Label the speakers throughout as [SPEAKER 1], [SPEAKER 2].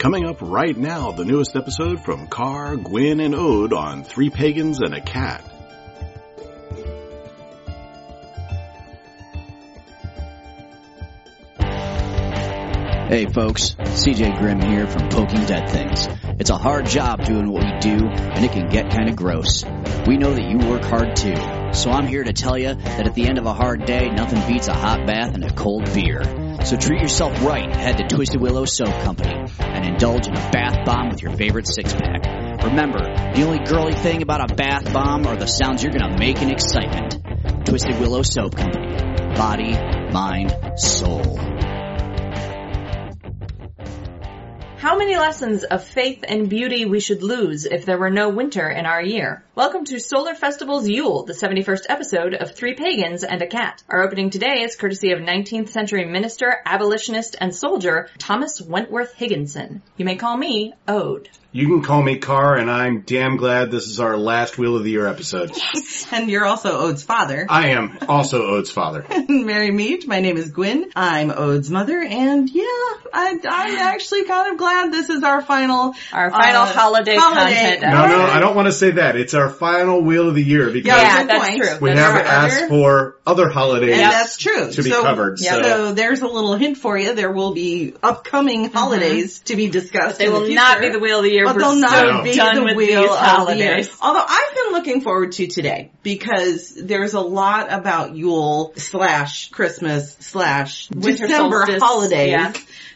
[SPEAKER 1] Coming up right now, the newest episode from Carr, Gwyn, and Ode on Three Pagans and a Cat.
[SPEAKER 2] Hey folks, CJ Grimm here from Poking Dead Things. It's a hard job doing what we do, and it can get kind of gross. We know that you work hard too, so I'm here to tell you that at the end of a hard day, nothing beats a hot bath and a cold beer. So treat yourself right, head to Twisted Willow Soap Company, and indulge in a bath bomb with your favorite six pack. Remember, the only girly thing about a bath bomb are the sounds you're gonna make in excitement. Twisted Willow Soap Company. Body, mind, soul.
[SPEAKER 3] How many lessons of faith and beauty we should lose if there were no winter in our year? Welcome to Solar Festival's Yule, the 71st episode of Three Pagans and a Cat. Our opening today is courtesy of 19th century minister, abolitionist, and soldier Thomas Wentworth Higginson. You may call me Ode.
[SPEAKER 4] You can call me Carr, and I'm damn glad this is our last Wheel of the Year episode.
[SPEAKER 5] And you're also Ode's father.
[SPEAKER 4] I am also Ode's father.
[SPEAKER 5] Mary Mead. My name is Gwyn. I'm Ode's mother. And yeah, I, I'm actually kind of glad this is our final.
[SPEAKER 3] Our final
[SPEAKER 5] uh,
[SPEAKER 3] holiday, content.
[SPEAKER 4] No, no, I don't want to say that. It's our final Wheel of the Year because
[SPEAKER 5] Yeah,
[SPEAKER 3] yeah,
[SPEAKER 5] good
[SPEAKER 3] that's
[SPEAKER 5] point.
[SPEAKER 3] true.
[SPEAKER 4] we
[SPEAKER 3] That's
[SPEAKER 4] have
[SPEAKER 3] true.
[SPEAKER 4] asked for other holidays.
[SPEAKER 5] And that's true.
[SPEAKER 4] to be
[SPEAKER 5] so,
[SPEAKER 4] covered,
[SPEAKER 5] yeah,
[SPEAKER 4] so-
[SPEAKER 5] So. there's a little hint for you. There will be upcoming holidays to be
[SPEAKER 3] Mm-hmm.
[SPEAKER 5] discussed.
[SPEAKER 3] They
[SPEAKER 5] in the
[SPEAKER 3] will not be
[SPEAKER 5] future.
[SPEAKER 3] the wheel of the year.
[SPEAKER 5] But
[SPEAKER 3] We're
[SPEAKER 5] they'll
[SPEAKER 3] so
[SPEAKER 5] not be
[SPEAKER 3] done
[SPEAKER 5] the
[SPEAKER 3] with
[SPEAKER 5] wheel
[SPEAKER 3] these
[SPEAKER 5] of
[SPEAKER 3] holidays.
[SPEAKER 5] the year. Although I've been looking forward to today because there's a lot about Yule slash Christmas slash
[SPEAKER 3] Winter
[SPEAKER 5] December
[SPEAKER 3] solstice,
[SPEAKER 5] holidays
[SPEAKER 3] yeah.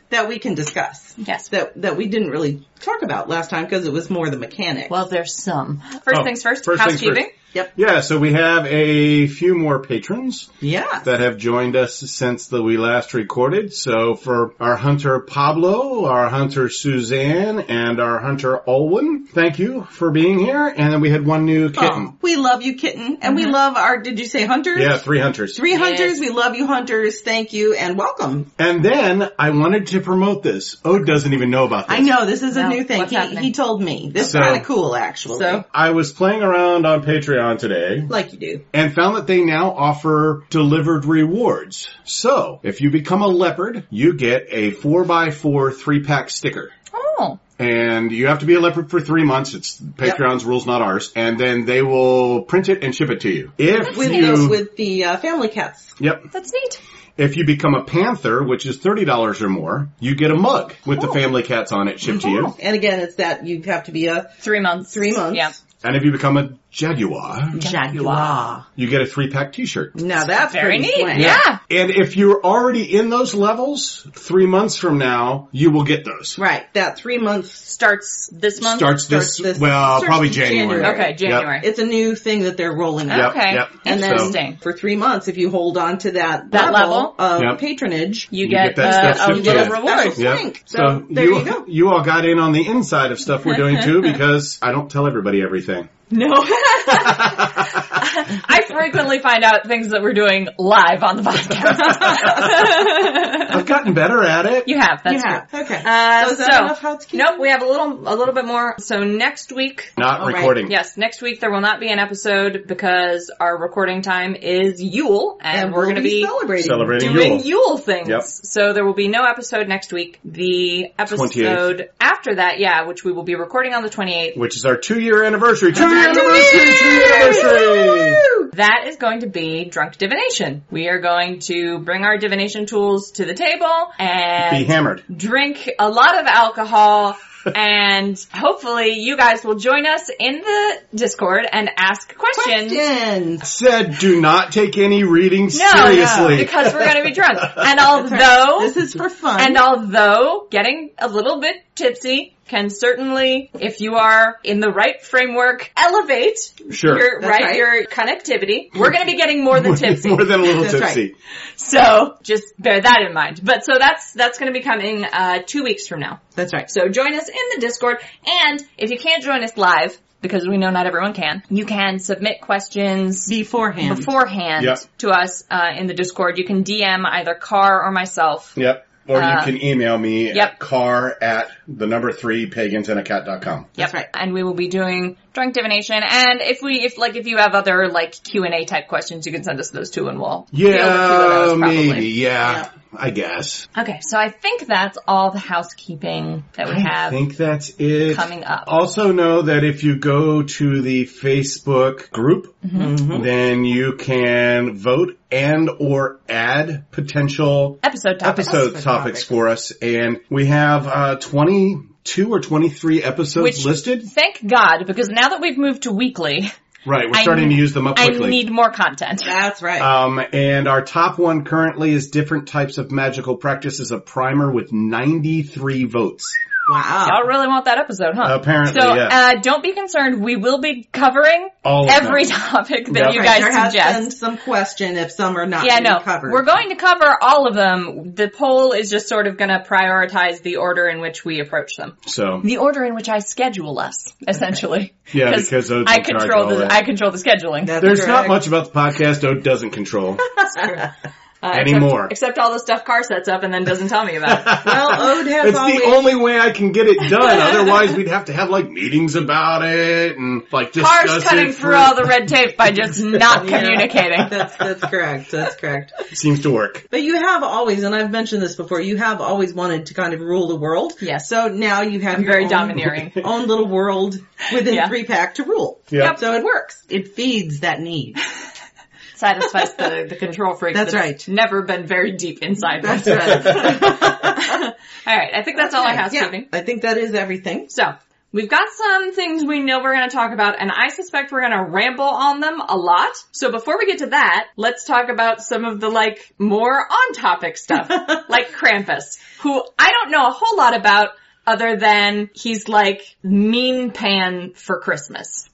[SPEAKER 5] that we can discuss.
[SPEAKER 3] Yes.
[SPEAKER 5] That that we didn't really talk about last time because it was more the mechanics.
[SPEAKER 3] Well, there's some. First
[SPEAKER 4] Oh,
[SPEAKER 3] things first,
[SPEAKER 4] first things
[SPEAKER 3] housekeeping.
[SPEAKER 4] first.
[SPEAKER 5] yep.
[SPEAKER 4] Yeah, so we have a few more patrons
[SPEAKER 5] Yeah.
[SPEAKER 4] that have joined us since the we last recorded. So for our hunter Pablo, our hunter Suzanne, and our hunter Olwen, thank you for being here. And then we had one new
[SPEAKER 5] Oh,
[SPEAKER 4] kitten.
[SPEAKER 5] we love you, kitten, and we love our. Did you say hunters?
[SPEAKER 4] Yeah, three hunters.
[SPEAKER 5] Three hunters.
[SPEAKER 3] Mm-hmm. Yes.
[SPEAKER 5] We love you, hunters. Thank you and welcome.
[SPEAKER 4] And then I wanted to promote this. Ode doesn't even know about this.
[SPEAKER 5] I know this is a
[SPEAKER 3] No,
[SPEAKER 5] new thing.
[SPEAKER 3] what's
[SPEAKER 5] He,
[SPEAKER 3] happening?
[SPEAKER 5] he told me. This
[SPEAKER 4] So-
[SPEAKER 5] is kind of cool, actually.
[SPEAKER 3] So?
[SPEAKER 4] I was playing around on Patreon today
[SPEAKER 5] like you do.
[SPEAKER 4] and found that they now offer delivered rewards. So, if you become a leopard, you get a 4x4 three-pack sticker.
[SPEAKER 3] Oh,
[SPEAKER 4] And you have to be a leopard for three months. It's Patreon's rules, not ours. And then they will print it and ship it to you. If
[SPEAKER 5] with
[SPEAKER 4] you,
[SPEAKER 5] the, with the uh, family cats.
[SPEAKER 4] yep.
[SPEAKER 3] that's neat.
[SPEAKER 4] If you become a panther, which is $30 or more, you get a mug with
[SPEAKER 5] Oh.
[SPEAKER 4] the family cats on it shipped to you.
[SPEAKER 5] And again, it's that you have to be a
[SPEAKER 3] Three months.
[SPEAKER 5] Three months.
[SPEAKER 3] Yeah.
[SPEAKER 4] And if you become a jaguar,
[SPEAKER 5] jaguar.
[SPEAKER 4] you get a three-pack t-shirt.
[SPEAKER 5] Now that's
[SPEAKER 3] Very
[SPEAKER 5] pretty
[SPEAKER 3] neat.
[SPEAKER 5] swank.
[SPEAKER 3] yeah.
[SPEAKER 4] And if you're already in those levels, three months from now, you will get those.
[SPEAKER 5] Right. That three months.
[SPEAKER 3] starts this month.
[SPEAKER 4] Starts this,
[SPEAKER 5] Starts this-
[SPEAKER 4] well,
[SPEAKER 5] starts
[SPEAKER 4] probably
[SPEAKER 5] in
[SPEAKER 4] January.
[SPEAKER 5] January.
[SPEAKER 3] okay, January.
[SPEAKER 5] It's a new thing that they're rolling out.
[SPEAKER 4] Yep,
[SPEAKER 3] okay.
[SPEAKER 4] yep.
[SPEAKER 5] And then
[SPEAKER 3] Interesting.
[SPEAKER 5] for three months, if you hold on to that,
[SPEAKER 3] That level.
[SPEAKER 5] of
[SPEAKER 4] Yep.
[SPEAKER 5] patronage,
[SPEAKER 3] you,
[SPEAKER 4] You
[SPEAKER 3] get,
[SPEAKER 4] get that
[SPEAKER 3] uh,
[SPEAKER 4] stuff
[SPEAKER 3] a
[SPEAKER 4] shipped
[SPEAKER 3] little
[SPEAKER 4] to you.
[SPEAKER 3] reward.
[SPEAKER 5] Special.
[SPEAKER 4] Yep.
[SPEAKER 5] Thank- so there you go.
[SPEAKER 4] all got in on the inside of stuff we're doing too because I don't tell everybody everything.
[SPEAKER 3] No. I frequently find out things that we're doing live on the podcast.
[SPEAKER 4] I've gotten better at it.
[SPEAKER 3] you have. That's
[SPEAKER 5] yeah.
[SPEAKER 3] true.
[SPEAKER 5] Okay.
[SPEAKER 3] Uh,
[SPEAKER 5] so is that enough housekeeping?
[SPEAKER 3] nope, we have a little, a little bit more. So next week,
[SPEAKER 4] Not
[SPEAKER 5] All right.
[SPEAKER 4] recording.
[SPEAKER 3] yes, next week there will not be an episode because our recording time is Yule, and,
[SPEAKER 5] And
[SPEAKER 3] we're
[SPEAKER 5] we'll
[SPEAKER 3] going to be
[SPEAKER 5] celebrating.
[SPEAKER 4] Celebrating
[SPEAKER 3] doing
[SPEAKER 4] Yule.
[SPEAKER 3] Yule, things.
[SPEAKER 4] Yep.
[SPEAKER 3] So there will be no episode next week. The episode
[SPEAKER 4] 28th.
[SPEAKER 3] after that, yeah, which we will be recording on the 28th,
[SPEAKER 4] Which is our two year anniversary. Two year
[SPEAKER 3] Two
[SPEAKER 4] anniversary! Two year anniversary!
[SPEAKER 3] that is going to be drunk divination. We are going to bring our divination tools to the table
[SPEAKER 4] Be
[SPEAKER 3] and
[SPEAKER 4] hammered.
[SPEAKER 3] drink a lot of alcohol. and hopefully you guys will join us in the Discord and ask questions.
[SPEAKER 5] Questions.
[SPEAKER 4] Said, do not take any reading
[SPEAKER 3] No,
[SPEAKER 4] seriously.
[SPEAKER 3] because we're going to be drunk. And although
[SPEAKER 5] This is for fun.
[SPEAKER 3] Oh. And although getting a little bit tipsy can certainly, if you are in the right framework, elevate
[SPEAKER 4] Sure.
[SPEAKER 3] your
[SPEAKER 5] That's
[SPEAKER 3] right,
[SPEAKER 5] right.
[SPEAKER 3] your connectivity, we're going to be getting more than tipsy.
[SPEAKER 4] More than a little
[SPEAKER 5] That's right.
[SPEAKER 4] tipsy.
[SPEAKER 3] so just bear that in mind. But so that's that's going to be coming uh, two weeks from now.
[SPEAKER 5] That's right.
[SPEAKER 3] So join us in the Discord, and if you can't join us live. Because we know not everyone can. You can submit questions
[SPEAKER 5] Beforehand.
[SPEAKER 3] beforehand
[SPEAKER 4] Yep.
[SPEAKER 3] to us uh, in the Discord. You can DM either Carr or myself.
[SPEAKER 4] Yep. Or
[SPEAKER 3] Uh,
[SPEAKER 4] you can email me
[SPEAKER 3] yep.
[SPEAKER 4] at car at the number three pagansandacat.com.
[SPEAKER 3] Yep.
[SPEAKER 5] That's right.
[SPEAKER 3] And we will be doing drunk divination. And if we, if like, if you have other like Q and A type questions, you can send us those too, and we'll be able to see
[SPEAKER 4] Yeah,
[SPEAKER 3] those probably.
[SPEAKER 4] maybe. Yeah. I guess.
[SPEAKER 3] Okay, so I think that's all the housekeeping that we
[SPEAKER 4] I
[SPEAKER 3] have.
[SPEAKER 4] think that's it.
[SPEAKER 3] coming up.
[SPEAKER 4] Also know that if you go to the Facebook group,
[SPEAKER 3] Mm-hmm.
[SPEAKER 4] then you can vote and or add potential
[SPEAKER 3] Episode topics.
[SPEAKER 4] episode topics, for us. And we have uh, 22 or 23 episodes
[SPEAKER 3] Which-
[SPEAKER 4] listed.
[SPEAKER 3] Thank God, because now that we've moved to weekly,
[SPEAKER 4] Right, we're
[SPEAKER 3] I
[SPEAKER 4] starting
[SPEAKER 3] need-
[SPEAKER 4] to use them up
[SPEAKER 3] I
[SPEAKER 4] quickly.
[SPEAKER 3] need more content.
[SPEAKER 5] That's right.
[SPEAKER 4] Um, and our top one currently is different types of magical practices of primer with 93 votes.
[SPEAKER 5] wow.
[SPEAKER 3] Y'all really want that episode, huh?
[SPEAKER 4] Apparently,
[SPEAKER 3] So
[SPEAKER 4] yes.
[SPEAKER 3] uh, don't be concerned. We will be covering
[SPEAKER 4] All of
[SPEAKER 3] every
[SPEAKER 4] them.
[SPEAKER 3] topic that
[SPEAKER 4] Yep.
[SPEAKER 3] you guys
[SPEAKER 5] Right, there
[SPEAKER 3] suggest.
[SPEAKER 5] has been some question if some are not
[SPEAKER 3] yeah,
[SPEAKER 5] being
[SPEAKER 3] no,
[SPEAKER 5] covered.
[SPEAKER 3] we're going to cover all of them. The poll is just sort of going to prioritize the order in which we approach them,
[SPEAKER 4] So
[SPEAKER 3] the order in which I schedule us, essentially.
[SPEAKER 4] Yeah, because Ode's
[SPEAKER 3] I
[SPEAKER 4] in charge of
[SPEAKER 3] control
[SPEAKER 4] all
[SPEAKER 3] the
[SPEAKER 4] that.
[SPEAKER 3] I control the scheduling.
[SPEAKER 5] That's
[SPEAKER 4] there's not
[SPEAKER 5] correct.
[SPEAKER 4] much about the podcast Ode doesn't control.
[SPEAKER 3] Uh,
[SPEAKER 4] Anymore.
[SPEAKER 3] Except, except all the stuff Car sets up and then doesn't tell me about.
[SPEAKER 5] Well, Ode has
[SPEAKER 4] it's
[SPEAKER 5] always
[SPEAKER 4] the only way I can get it done. Otherwise, we'd have to have like meetings about it and like discuss
[SPEAKER 3] Car's
[SPEAKER 4] it
[SPEAKER 3] cutting
[SPEAKER 4] for-
[SPEAKER 3] through all the red tape by just not
[SPEAKER 5] Yeah.
[SPEAKER 3] communicating.
[SPEAKER 5] That's that's correct. That's correct.
[SPEAKER 4] Seems to work.
[SPEAKER 5] But you have always, and I've mentioned this before, you have always wanted to kind of rule the world.
[SPEAKER 3] Yes.
[SPEAKER 5] So now you have
[SPEAKER 3] I'm
[SPEAKER 5] your
[SPEAKER 3] very
[SPEAKER 5] own,
[SPEAKER 3] domineering.
[SPEAKER 5] own little world within
[SPEAKER 3] Yeah.
[SPEAKER 5] three pack to rule.
[SPEAKER 4] Yeah. Yep.
[SPEAKER 5] So it works. It feeds that need.
[SPEAKER 3] Satisfies the, the control freak.
[SPEAKER 5] That's
[SPEAKER 3] that's
[SPEAKER 5] right.
[SPEAKER 3] Never been very deep inside.
[SPEAKER 5] That's right.
[SPEAKER 3] All right, I think that's all I have, Stevie.
[SPEAKER 5] I think that is everything.
[SPEAKER 3] So, we've got some things we know we're going to talk about, and I suspect we're going to ramble on them a lot. So before we get to that, let's talk about some of the like more on topic stuff, like Krampus, who I don't know a whole lot about other than he's like mean pan for Christmas.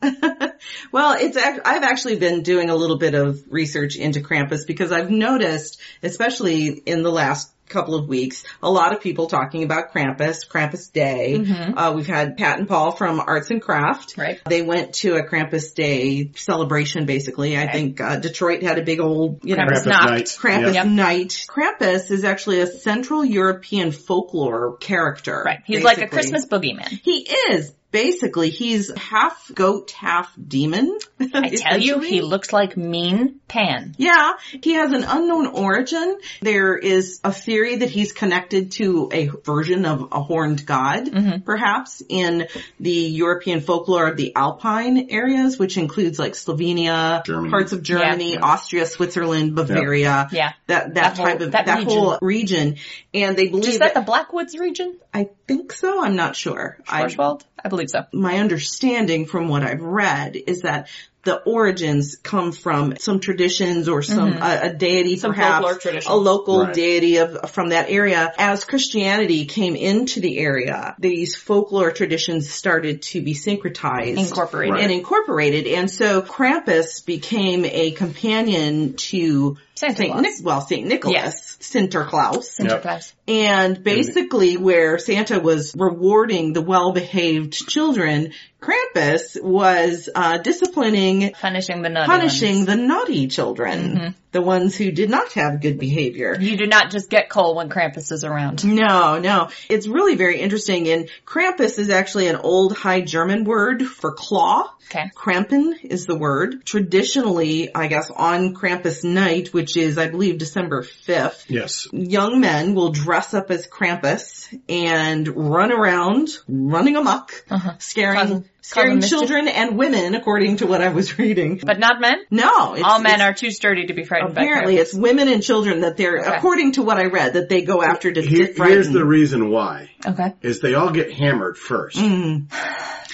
[SPEAKER 5] Well, it's act- I've actually been doing a little bit of research into Krampus because I've noticed, especially in the last couple of weeks, a lot of people talking about Krampus, Krampus Day. Uh, we've had Pat and Paul from Arts and Craft.
[SPEAKER 3] Mm-hmm. Right.
[SPEAKER 5] They went to a Krampus Day celebration, basically. I think uh, Detroit had a big old, you know,
[SPEAKER 3] Krampus
[SPEAKER 4] Krampus
[SPEAKER 3] knocked.
[SPEAKER 4] night.
[SPEAKER 5] Krampus
[SPEAKER 4] Yeah.
[SPEAKER 5] night. Krampus is actually a Central European folklore character.
[SPEAKER 3] Right. He's like a
[SPEAKER 5] basically.
[SPEAKER 3] Christmas boogeyman.
[SPEAKER 5] He is. Basically, he's half goat, half demon.
[SPEAKER 3] I tell you, he looks like mean pan.
[SPEAKER 5] Yeah, he has an unknown origin. There is a theory that he's connected to a version of a horned god,
[SPEAKER 3] Mm-hmm.
[SPEAKER 5] perhaps, in the European folklore of the Alpine areas, which includes like Slovenia,
[SPEAKER 4] Germany.
[SPEAKER 5] parts of Germany,
[SPEAKER 4] Yeah.
[SPEAKER 5] Austria, Switzerland, Bavaria.
[SPEAKER 3] Yeah. That
[SPEAKER 5] That, that,
[SPEAKER 3] whole-
[SPEAKER 5] type of,
[SPEAKER 3] that
[SPEAKER 5] that,
[SPEAKER 3] region.
[SPEAKER 5] whole region. And they believe
[SPEAKER 3] Is that the Blackwoods region?
[SPEAKER 5] I think so, I'm not sure. I-
[SPEAKER 3] Schwarzwald? I believe so.
[SPEAKER 5] my understanding from what I've read is that the origins come from some traditions or some a, a deity,
[SPEAKER 3] Mm-hmm. Some
[SPEAKER 5] perhaps
[SPEAKER 3] folklore tradition.
[SPEAKER 5] a local
[SPEAKER 4] Right.
[SPEAKER 5] deity of from that area. As Christianity came into the area, these folklore traditions started to be syncretized
[SPEAKER 3] Incorporated.
[SPEAKER 4] Right.
[SPEAKER 5] and incorporated, and so Krampus became a companion to
[SPEAKER 3] Santa
[SPEAKER 5] Saint
[SPEAKER 3] Claus.
[SPEAKER 5] Nic- well Saint Nicholas,
[SPEAKER 3] Yes.
[SPEAKER 5] Sinterklaas.
[SPEAKER 4] Yep.
[SPEAKER 3] Enterprise.
[SPEAKER 5] And basically where Santa was rewarding the well-behaved children, Krampus was uh, disciplining,
[SPEAKER 3] Punishing the nutty
[SPEAKER 5] punishing
[SPEAKER 3] ones. Mm-hmm.
[SPEAKER 5] the naughty children, the ones who did not have good behavior.
[SPEAKER 3] You do not just get coal when Krampus is around.
[SPEAKER 5] No, no. It's really very interesting and Krampus is actually an old High German word for claw.
[SPEAKER 3] Okay.
[SPEAKER 5] Krampen is the word. Traditionally, I guess on Krampus night, which is I believe December 5th,
[SPEAKER 4] Yes.
[SPEAKER 5] young men will dress up as Krampus and run around, running amok,
[SPEAKER 3] Uh-huh.
[SPEAKER 5] scaring,
[SPEAKER 3] Causing- causing
[SPEAKER 5] scaring
[SPEAKER 3] mischief.
[SPEAKER 5] children and women, according to what I was reading.
[SPEAKER 3] But not men?
[SPEAKER 5] no, it's,
[SPEAKER 3] All men
[SPEAKER 5] it's-
[SPEAKER 3] are too sturdy to be frightened by
[SPEAKER 5] apparently
[SPEAKER 3] Krampus.
[SPEAKER 5] it's women and children that they're,
[SPEAKER 3] Okay.
[SPEAKER 5] according to what I read, that they go after to,
[SPEAKER 4] Here-
[SPEAKER 5] to
[SPEAKER 4] here's
[SPEAKER 5] frighten.
[SPEAKER 4] the reason why.
[SPEAKER 3] Okay.
[SPEAKER 4] Is they all get hammered first.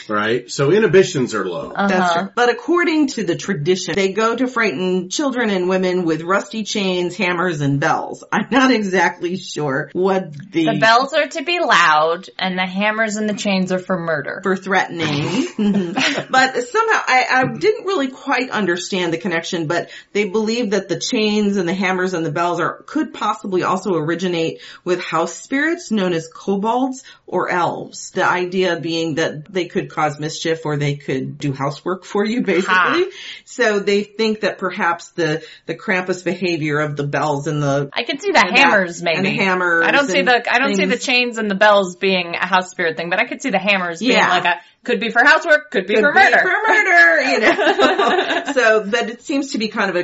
[SPEAKER 4] Right? So inhibitions are low.
[SPEAKER 3] Uh-huh.
[SPEAKER 5] That's true. But according to the tradition, they go to frighten children and women with rusty chains, hammers, and bells. I'm not exactly sure what the,
[SPEAKER 3] The bells are to be loud, and the hammers and the chains are for murder.
[SPEAKER 5] for threatening. Mhm. but somehow I, I didn't really quite understand the connection, but they believe that the chains and the hammers and the bells are could possibly also originate with house spirits known as kobolds or elves. The idea being that they could cause mischief or they could do housework for you basically.
[SPEAKER 3] Ha.
[SPEAKER 5] So they think that perhaps the the Krampus behavior of the bells and the
[SPEAKER 3] I can see the
[SPEAKER 5] And that-
[SPEAKER 3] hammers, maybe.
[SPEAKER 5] and the hammers
[SPEAKER 3] I don't see
[SPEAKER 5] and
[SPEAKER 3] the I don't see the
[SPEAKER 5] things.
[SPEAKER 3] chains and the bells being a house spirit thing, but I could see the hammers being
[SPEAKER 5] Yeah.
[SPEAKER 3] like a Could be for housework, could be
[SPEAKER 5] could
[SPEAKER 3] for murder.
[SPEAKER 5] Be for murder, you know. so that it seems to be kind of a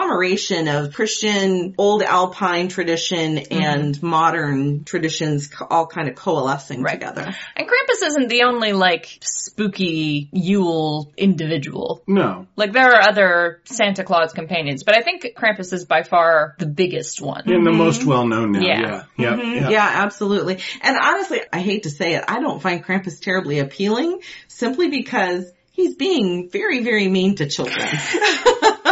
[SPEAKER 5] conglomeration of Christian, old Alpine tradition and modern traditions co- all kind of coalescing together.
[SPEAKER 3] and Krampus isn't the only like spooky Yule individual.
[SPEAKER 4] No.
[SPEAKER 3] Like there are other Santa Claus companions, but I think Krampus is by far the biggest one.
[SPEAKER 4] In the most well known now.
[SPEAKER 3] Yeah.
[SPEAKER 4] Yeah. Yeah.
[SPEAKER 5] Mhm.
[SPEAKER 4] yeah.
[SPEAKER 5] Yeah, absolutely. And honestly, I hate to say it, I don't find Krampus terribly appealing simply because he's being very, very mean to children.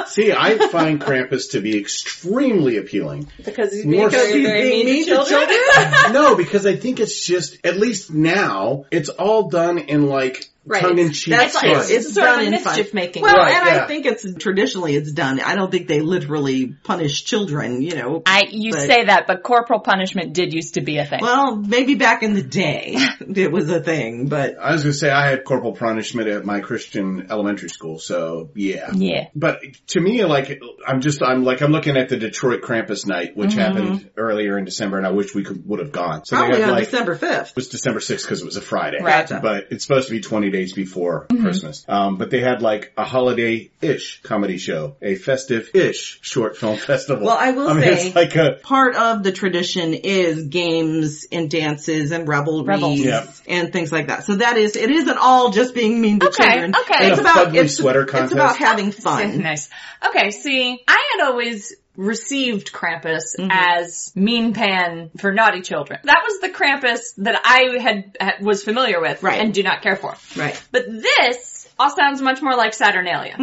[SPEAKER 4] See, I find Krampus to be extremely appealing.
[SPEAKER 3] Because he's
[SPEAKER 4] More because he's
[SPEAKER 5] very being mean to mean to children.
[SPEAKER 4] no, because I think it's just, at least now, it's all done in like
[SPEAKER 3] Right.
[SPEAKER 4] tongue in cheek.
[SPEAKER 5] That's
[SPEAKER 3] like-
[SPEAKER 5] it's,
[SPEAKER 3] it's sort of
[SPEAKER 5] done
[SPEAKER 3] a
[SPEAKER 5] in fun.
[SPEAKER 3] mischief-making
[SPEAKER 5] Well,
[SPEAKER 4] Right,
[SPEAKER 5] and
[SPEAKER 4] yeah.
[SPEAKER 5] I think it's traditionally it's done. I don't think they literally punish children, you know.
[SPEAKER 3] I you
[SPEAKER 5] But-
[SPEAKER 3] say that, but corporal punishment did used to be a thing.
[SPEAKER 5] well, maybe back in the day it was a thing, but
[SPEAKER 4] I was gonna say I had corporal punishment at my Christian elementary school, so yeah.
[SPEAKER 3] yeah.
[SPEAKER 4] But to me, like, I'm just, I'm like, I'm looking at the Detroit Krampus night,
[SPEAKER 3] Mm-hmm.
[SPEAKER 4] which happened earlier in December, and I wish we could, would have gone. So
[SPEAKER 5] probably
[SPEAKER 4] they had
[SPEAKER 5] on
[SPEAKER 4] like,
[SPEAKER 5] December 5th.
[SPEAKER 4] it was December 6th because it was a Friday.
[SPEAKER 3] Right.
[SPEAKER 4] But it's supposed to be 20 days before
[SPEAKER 5] Mm-hmm.
[SPEAKER 4] Christmas. Um, but they had like a holiday-ish comedy show, a festive-ish short film festival.
[SPEAKER 5] Well, I will
[SPEAKER 4] mean,
[SPEAKER 5] say-
[SPEAKER 4] it's like a,
[SPEAKER 5] Part of the tradition is games and dances and revelries
[SPEAKER 4] Yep.
[SPEAKER 5] and things like that. So that is, it isn't all just being mean to
[SPEAKER 3] Okay,
[SPEAKER 5] children.
[SPEAKER 3] okay.
[SPEAKER 5] It's
[SPEAKER 4] And a
[SPEAKER 5] about,
[SPEAKER 4] fugly
[SPEAKER 5] it's,
[SPEAKER 4] sweater
[SPEAKER 5] it's about
[SPEAKER 4] contest.
[SPEAKER 5] having
[SPEAKER 3] Yeah,
[SPEAKER 5] fun.
[SPEAKER 3] Nice. Okay, see, I had always received Krampus as mean pan for naughty children. That was the Krampus that I had, had- was familiar with
[SPEAKER 5] Right.
[SPEAKER 3] and do not care for.
[SPEAKER 5] Right.
[SPEAKER 3] But this all sounds much more like Saturnalia.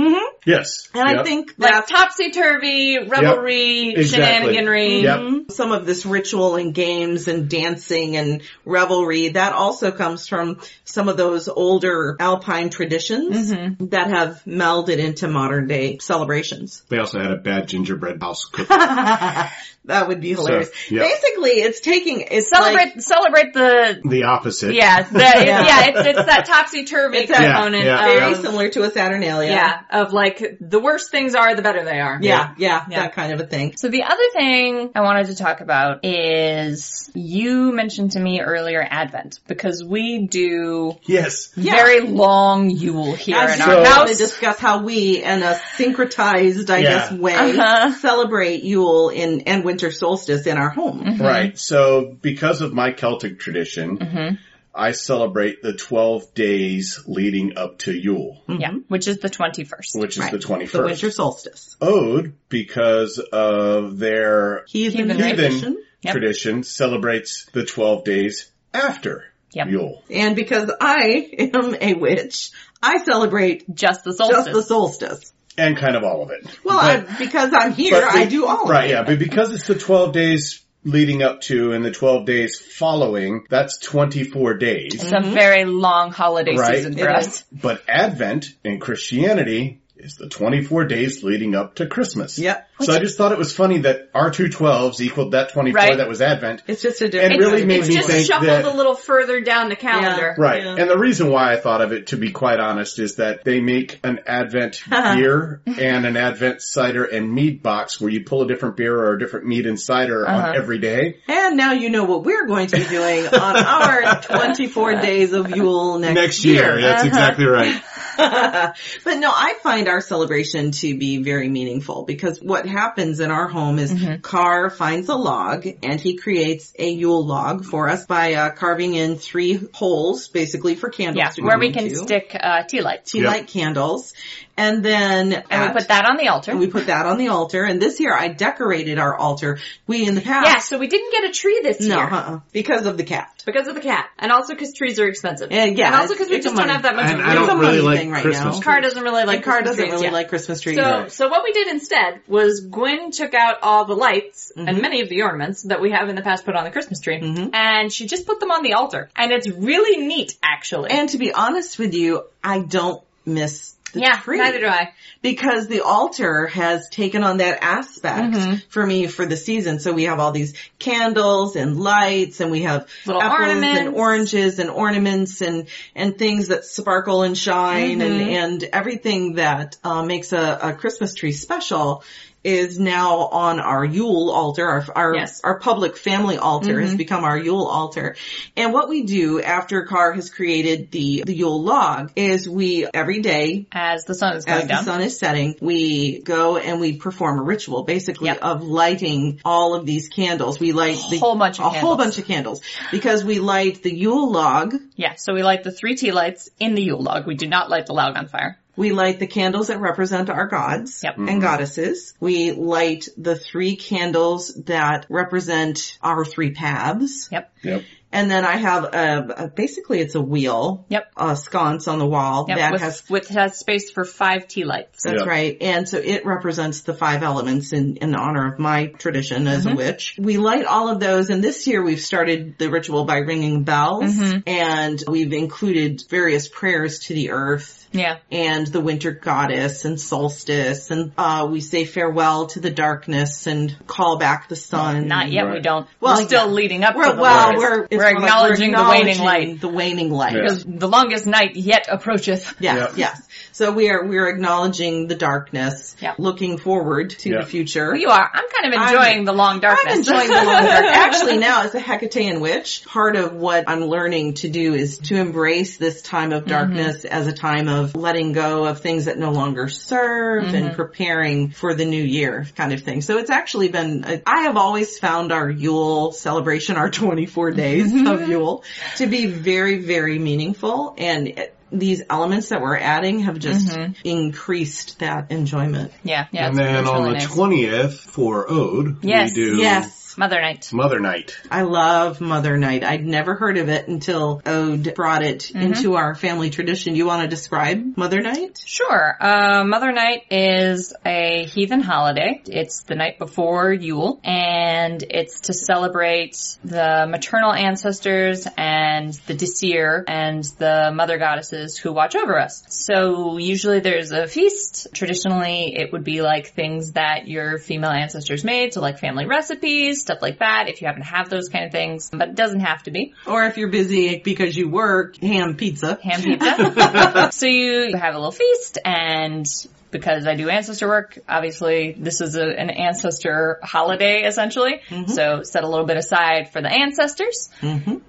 [SPEAKER 4] yes.
[SPEAKER 5] And I
[SPEAKER 4] Yep.
[SPEAKER 5] think
[SPEAKER 3] Like
[SPEAKER 5] that's
[SPEAKER 3] topsy-turvy, revelry,
[SPEAKER 4] Exactly.
[SPEAKER 3] shenaniganry.
[SPEAKER 4] Yep.
[SPEAKER 5] some of this ritual and games and dancing and revelry that also comes from some of those older alpine traditions
[SPEAKER 3] Mm-hmm.
[SPEAKER 5] that have melded into modern day celebrations.
[SPEAKER 4] They also had a bad gingerbread house cook.
[SPEAKER 5] That would be hilarious.
[SPEAKER 4] yeah.
[SPEAKER 5] Basically, it's taking it's
[SPEAKER 3] Celebrate,
[SPEAKER 5] like-
[SPEAKER 3] celebrate the,
[SPEAKER 4] the opposite.
[SPEAKER 3] yeah, the, yeah. it's, it's that topsy-turvy
[SPEAKER 5] It's that-
[SPEAKER 3] component
[SPEAKER 4] Yeah, yeah.
[SPEAKER 5] very
[SPEAKER 3] of,
[SPEAKER 5] similar to a Saturnalia.
[SPEAKER 3] yeah, of like, the worse things are, the better they are.
[SPEAKER 5] Yeah, yeah,
[SPEAKER 3] Yeah.
[SPEAKER 5] that kind of a thing.
[SPEAKER 3] So the other thing I wanted to talk about is you mentioned to me earlier Advent because we do
[SPEAKER 4] Yes.
[SPEAKER 5] Yeah.
[SPEAKER 3] very long Yule here
[SPEAKER 5] As
[SPEAKER 3] in
[SPEAKER 5] usual,
[SPEAKER 3] our
[SPEAKER 5] I
[SPEAKER 3] house.
[SPEAKER 5] want to discuss how we, in a syncretized, I
[SPEAKER 4] Yeah.
[SPEAKER 5] guess, way,
[SPEAKER 3] Uh-huh.
[SPEAKER 5] celebrate Yule in, and winter solstice in our home.
[SPEAKER 3] Mm-hmm.
[SPEAKER 4] Right. So because of my Celtic tradition,
[SPEAKER 5] Mm-hmm.
[SPEAKER 4] I celebrate the 12 days leading up to Yule,
[SPEAKER 3] yeah, which is the 21st.
[SPEAKER 4] which is
[SPEAKER 5] Right.
[SPEAKER 4] the 21st.
[SPEAKER 5] The winter solstice.
[SPEAKER 4] Ode, because of their
[SPEAKER 5] He's
[SPEAKER 3] Heathen
[SPEAKER 5] a
[SPEAKER 3] Right.
[SPEAKER 4] heathen
[SPEAKER 5] musician.
[SPEAKER 3] Yep.
[SPEAKER 4] tradition, celebrates the 12 days after
[SPEAKER 3] Yep.
[SPEAKER 4] Yule.
[SPEAKER 5] And because I am a witch, I celebrate
[SPEAKER 3] just the solstice.
[SPEAKER 5] just the solstice.
[SPEAKER 4] And kind of all of it.
[SPEAKER 5] Well, I, because I'm here,
[SPEAKER 4] But
[SPEAKER 5] I
[SPEAKER 4] the-
[SPEAKER 5] do all
[SPEAKER 4] Right,
[SPEAKER 5] of it.
[SPEAKER 4] yeah, but because it's the 12 days leading up to and the 12 days following, that's 24 days.
[SPEAKER 3] It's a very long holiday
[SPEAKER 4] Right.
[SPEAKER 3] season for
[SPEAKER 5] It
[SPEAKER 3] us.
[SPEAKER 5] is.
[SPEAKER 4] But Advent in Christianity is the 24 days leading up to Christmas.
[SPEAKER 5] Yep.
[SPEAKER 4] So I just thought it was funny that our two 12s equaled that 24
[SPEAKER 3] Right.
[SPEAKER 4] that was Advent.
[SPEAKER 5] It's just a
[SPEAKER 4] And
[SPEAKER 5] different.
[SPEAKER 4] it really made
[SPEAKER 3] it's
[SPEAKER 4] me
[SPEAKER 3] just
[SPEAKER 4] think
[SPEAKER 3] shuffled
[SPEAKER 4] that-
[SPEAKER 3] a little further down the calendar.
[SPEAKER 4] Right.
[SPEAKER 5] Yeah.
[SPEAKER 4] And the reason why I thought of it, to be quite honest, is that they make an Advent beer and an Advent cider and mead box where you pull a different beer or a different mead and cider
[SPEAKER 3] Uh-huh.
[SPEAKER 4] on every day.
[SPEAKER 5] and now you know what we're going to be doing on our 24 days of Yule next,
[SPEAKER 3] Uh-huh.
[SPEAKER 4] That's exactly right.
[SPEAKER 5] But no, I find our celebration to be very meaningful because what happens in our home is
[SPEAKER 3] Mm-hmm.
[SPEAKER 5] Carr finds a log and he creates a Yule log for us by uh, carving in three holes basically for candles.
[SPEAKER 3] Yeah,
[SPEAKER 5] to
[SPEAKER 3] where
[SPEAKER 5] go
[SPEAKER 3] we can
[SPEAKER 5] into.
[SPEAKER 3] stick uh, tea lights.
[SPEAKER 5] tea
[SPEAKER 4] Yep.
[SPEAKER 5] light candles. And then
[SPEAKER 3] And
[SPEAKER 5] at-
[SPEAKER 3] we put that on the altar.
[SPEAKER 5] and we put that on the altar. And this year I decorated our altar. We in the past.
[SPEAKER 3] yeah, so we didn't get a tree this
[SPEAKER 5] No,
[SPEAKER 3] year.
[SPEAKER 5] uh-uh, because of the cat.
[SPEAKER 3] Because of the cat. And also because trees are expensive.
[SPEAKER 5] Yeah, yeah,
[SPEAKER 3] And also because we
[SPEAKER 5] it's a
[SPEAKER 3] just don't
[SPEAKER 5] money-
[SPEAKER 3] have that much
[SPEAKER 4] And
[SPEAKER 3] room.
[SPEAKER 4] I
[SPEAKER 5] It's a
[SPEAKER 4] don't really
[SPEAKER 5] money
[SPEAKER 4] like
[SPEAKER 5] thing right
[SPEAKER 4] Christmas.
[SPEAKER 5] now.
[SPEAKER 4] trees.
[SPEAKER 3] Car doesn't really like
[SPEAKER 5] Like Carr
[SPEAKER 3] Christmas
[SPEAKER 5] doesn't
[SPEAKER 3] trees,
[SPEAKER 5] really
[SPEAKER 3] yeah.
[SPEAKER 5] like Christmas trees.
[SPEAKER 3] So,
[SPEAKER 4] Right.
[SPEAKER 3] so what we did instead was Gwen took out all the lights
[SPEAKER 5] Mm-hmm.
[SPEAKER 3] and many of the ornaments that we have in the past put on the Christmas tree, and she just put them on the altar. And it's really neat, actually.
[SPEAKER 5] And to be honest with you, I don't miss the
[SPEAKER 3] yeah,
[SPEAKER 5] tree.
[SPEAKER 3] neither do I.
[SPEAKER 5] because the altar has taken on that aspect
[SPEAKER 3] Mm-hmm.
[SPEAKER 5] for me for the season. So we have all these candles and lights and we have
[SPEAKER 3] Little
[SPEAKER 5] apples and
[SPEAKER 3] ornaments.
[SPEAKER 5] oranges and ornaments and, and things that sparkle
[SPEAKER 3] Mm-hmm.
[SPEAKER 5] and shine and, and everything that uh, makes a, a Christmas tree special is now on our Yule altar. Our our,
[SPEAKER 3] Yes. Mm-hmm.
[SPEAKER 5] our public family altar has become our Yule altar. And what we do after Carr has created the the Yule log is we every day
[SPEAKER 3] As the sun is
[SPEAKER 5] as
[SPEAKER 3] going down.
[SPEAKER 5] the sun is setting, we go and we perform a ritual basically
[SPEAKER 3] Yep.
[SPEAKER 5] of lighting all of these candles. We light the,
[SPEAKER 3] Whole bunch of
[SPEAKER 5] a whole
[SPEAKER 3] candles.
[SPEAKER 5] bunch of candles because we light the Yule log.
[SPEAKER 3] Yeah, so we light the three tea lights in the Yule log. We do not light the log on fire.
[SPEAKER 5] We light the candles that represent our gods
[SPEAKER 3] Yep.
[SPEAKER 5] and goddesses. We light the three candles that represent our three paths.
[SPEAKER 3] Yep.
[SPEAKER 4] Yep.
[SPEAKER 5] And then I have a, a basically it's a wheel,
[SPEAKER 3] Yep.
[SPEAKER 5] a sconce on the wall
[SPEAKER 3] Yep.
[SPEAKER 5] that
[SPEAKER 3] with,
[SPEAKER 5] has
[SPEAKER 3] with has space for five tea lights.
[SPEAKER 5] That's
[SPEAKER 4] Yeah.
[SPEAKER 5] right. And so it represents the five elements in, in honor of my tradition as
[SPEAKER 3] Mm-hmm.
[SPEAKER 5] a witch. We light all of those and this year we've started the ritual by ringing bells
[SPEAKER 3] Mm-hmm.
[SPEAKER 5] and we've included various prayers to the earth
[SPEAKER 3] Yeah.
[SPEAKER 5] and the winter goddess and solstice and uh, we say farewell to the darkness and call back the sun.
[SPEAKER 3] Not yet. We
[SPEAKER 4] Right.
[SPEAKER 3] don't.
[SPEAKER 5] Well,
[SPEAKER 3] we're still
[SPEAKER 5] yeah.
[SPEAKER 3] leading up to
[SPEAKER 5] We're,
[SPEAKER 3] the
[SPEAKER 5] well,
[SPEAKER 3] Lord's.
[SPEAKER 5] we're, it's
[SPEAKER 3] we're,
[SPEAKER 5] more like
[SPEAKER 3] acknowledging the waning
[SPEAKER 5] acknowledging
[SPEAKER 3] light
[SPEAKER 5] The waning light.
[SPEAKER 4] Yeah.
[SPEAKER 3] because the longest night yet approacheth.
[SPEAKER 5] Yes,
[SPEAKER 4] Yeah.
[SPEAKER 5] yes. So we are we are acknowledging the darkness,
[SPEAKER 3] Yeah.
[SPEAKER 5] looking forward to
[SPEAKER 4] Yeah.
[SPEAKER 5] the future.
[SPEAKER 3] You are. I'm kind of
[SPEAKER 5] I'm-
[SPEAKER 3] enjoying the long darkness.
[SPEAKER 5] I'm enjoying the long dark. Actually, now as a Hecatean witch, part of what I'm learning to do is to embrace this time of darkness as a time of letting go of things that no longer serve and preparing for the new year kind of thing. So it's actually been, a- I have always found our Yule celebration, our 24 days of Yule, to be very, very meaningful and it- these elements that we're adding have just increased that enjoyment.
[SPEAKER 3] yeah. Yeah.
[SPEAKER 4] and
[SPEAKER 3] it's-
[SPEAKER 4] then
[SPEAKER 3] it's
[SPEAKER 4] on
[SPEAKER 3] really
[SPEAKER 4] the
[SPEAKER 3] nice.
[SPEAKER 4] twentieth for Ode,
[SPEAKER 3] Yes.
[SPEAKER 4] we do
[SPEAKER 5] Yes.
[SPEAKER 3] Mother night.
[SPEAKER 4] Mother Night.
[SPEAKER 5] I love Mother Night. I'd never heard of it until Ode brought it
[SPEAKER 3] Mm-hmm.
[SPEAKER 5] into our family tradition. You want to describe Mother Night?
[SPEAKER 3] Sure. Uh, Mother Night is a heathen holiday. It's the night before Yule, and it's to celebrate the maternal ancestors and the Disir and the mother goddesses who watch over us. So usually there's a feast. Traditionally, it would be like things that your female ancestors made, so like family recipes, stuff like that, if you happen to have those kind of things, but it doesn't have to be.
[SPEAKER 5] Or if you're busy because you work, ham pizza.
[SPEAKER 3] ham pizza. so you have a little feast and because I do ancestor work, obviously this is a, an ancestor holiday essentially. So set a little bit aside for the ancestors and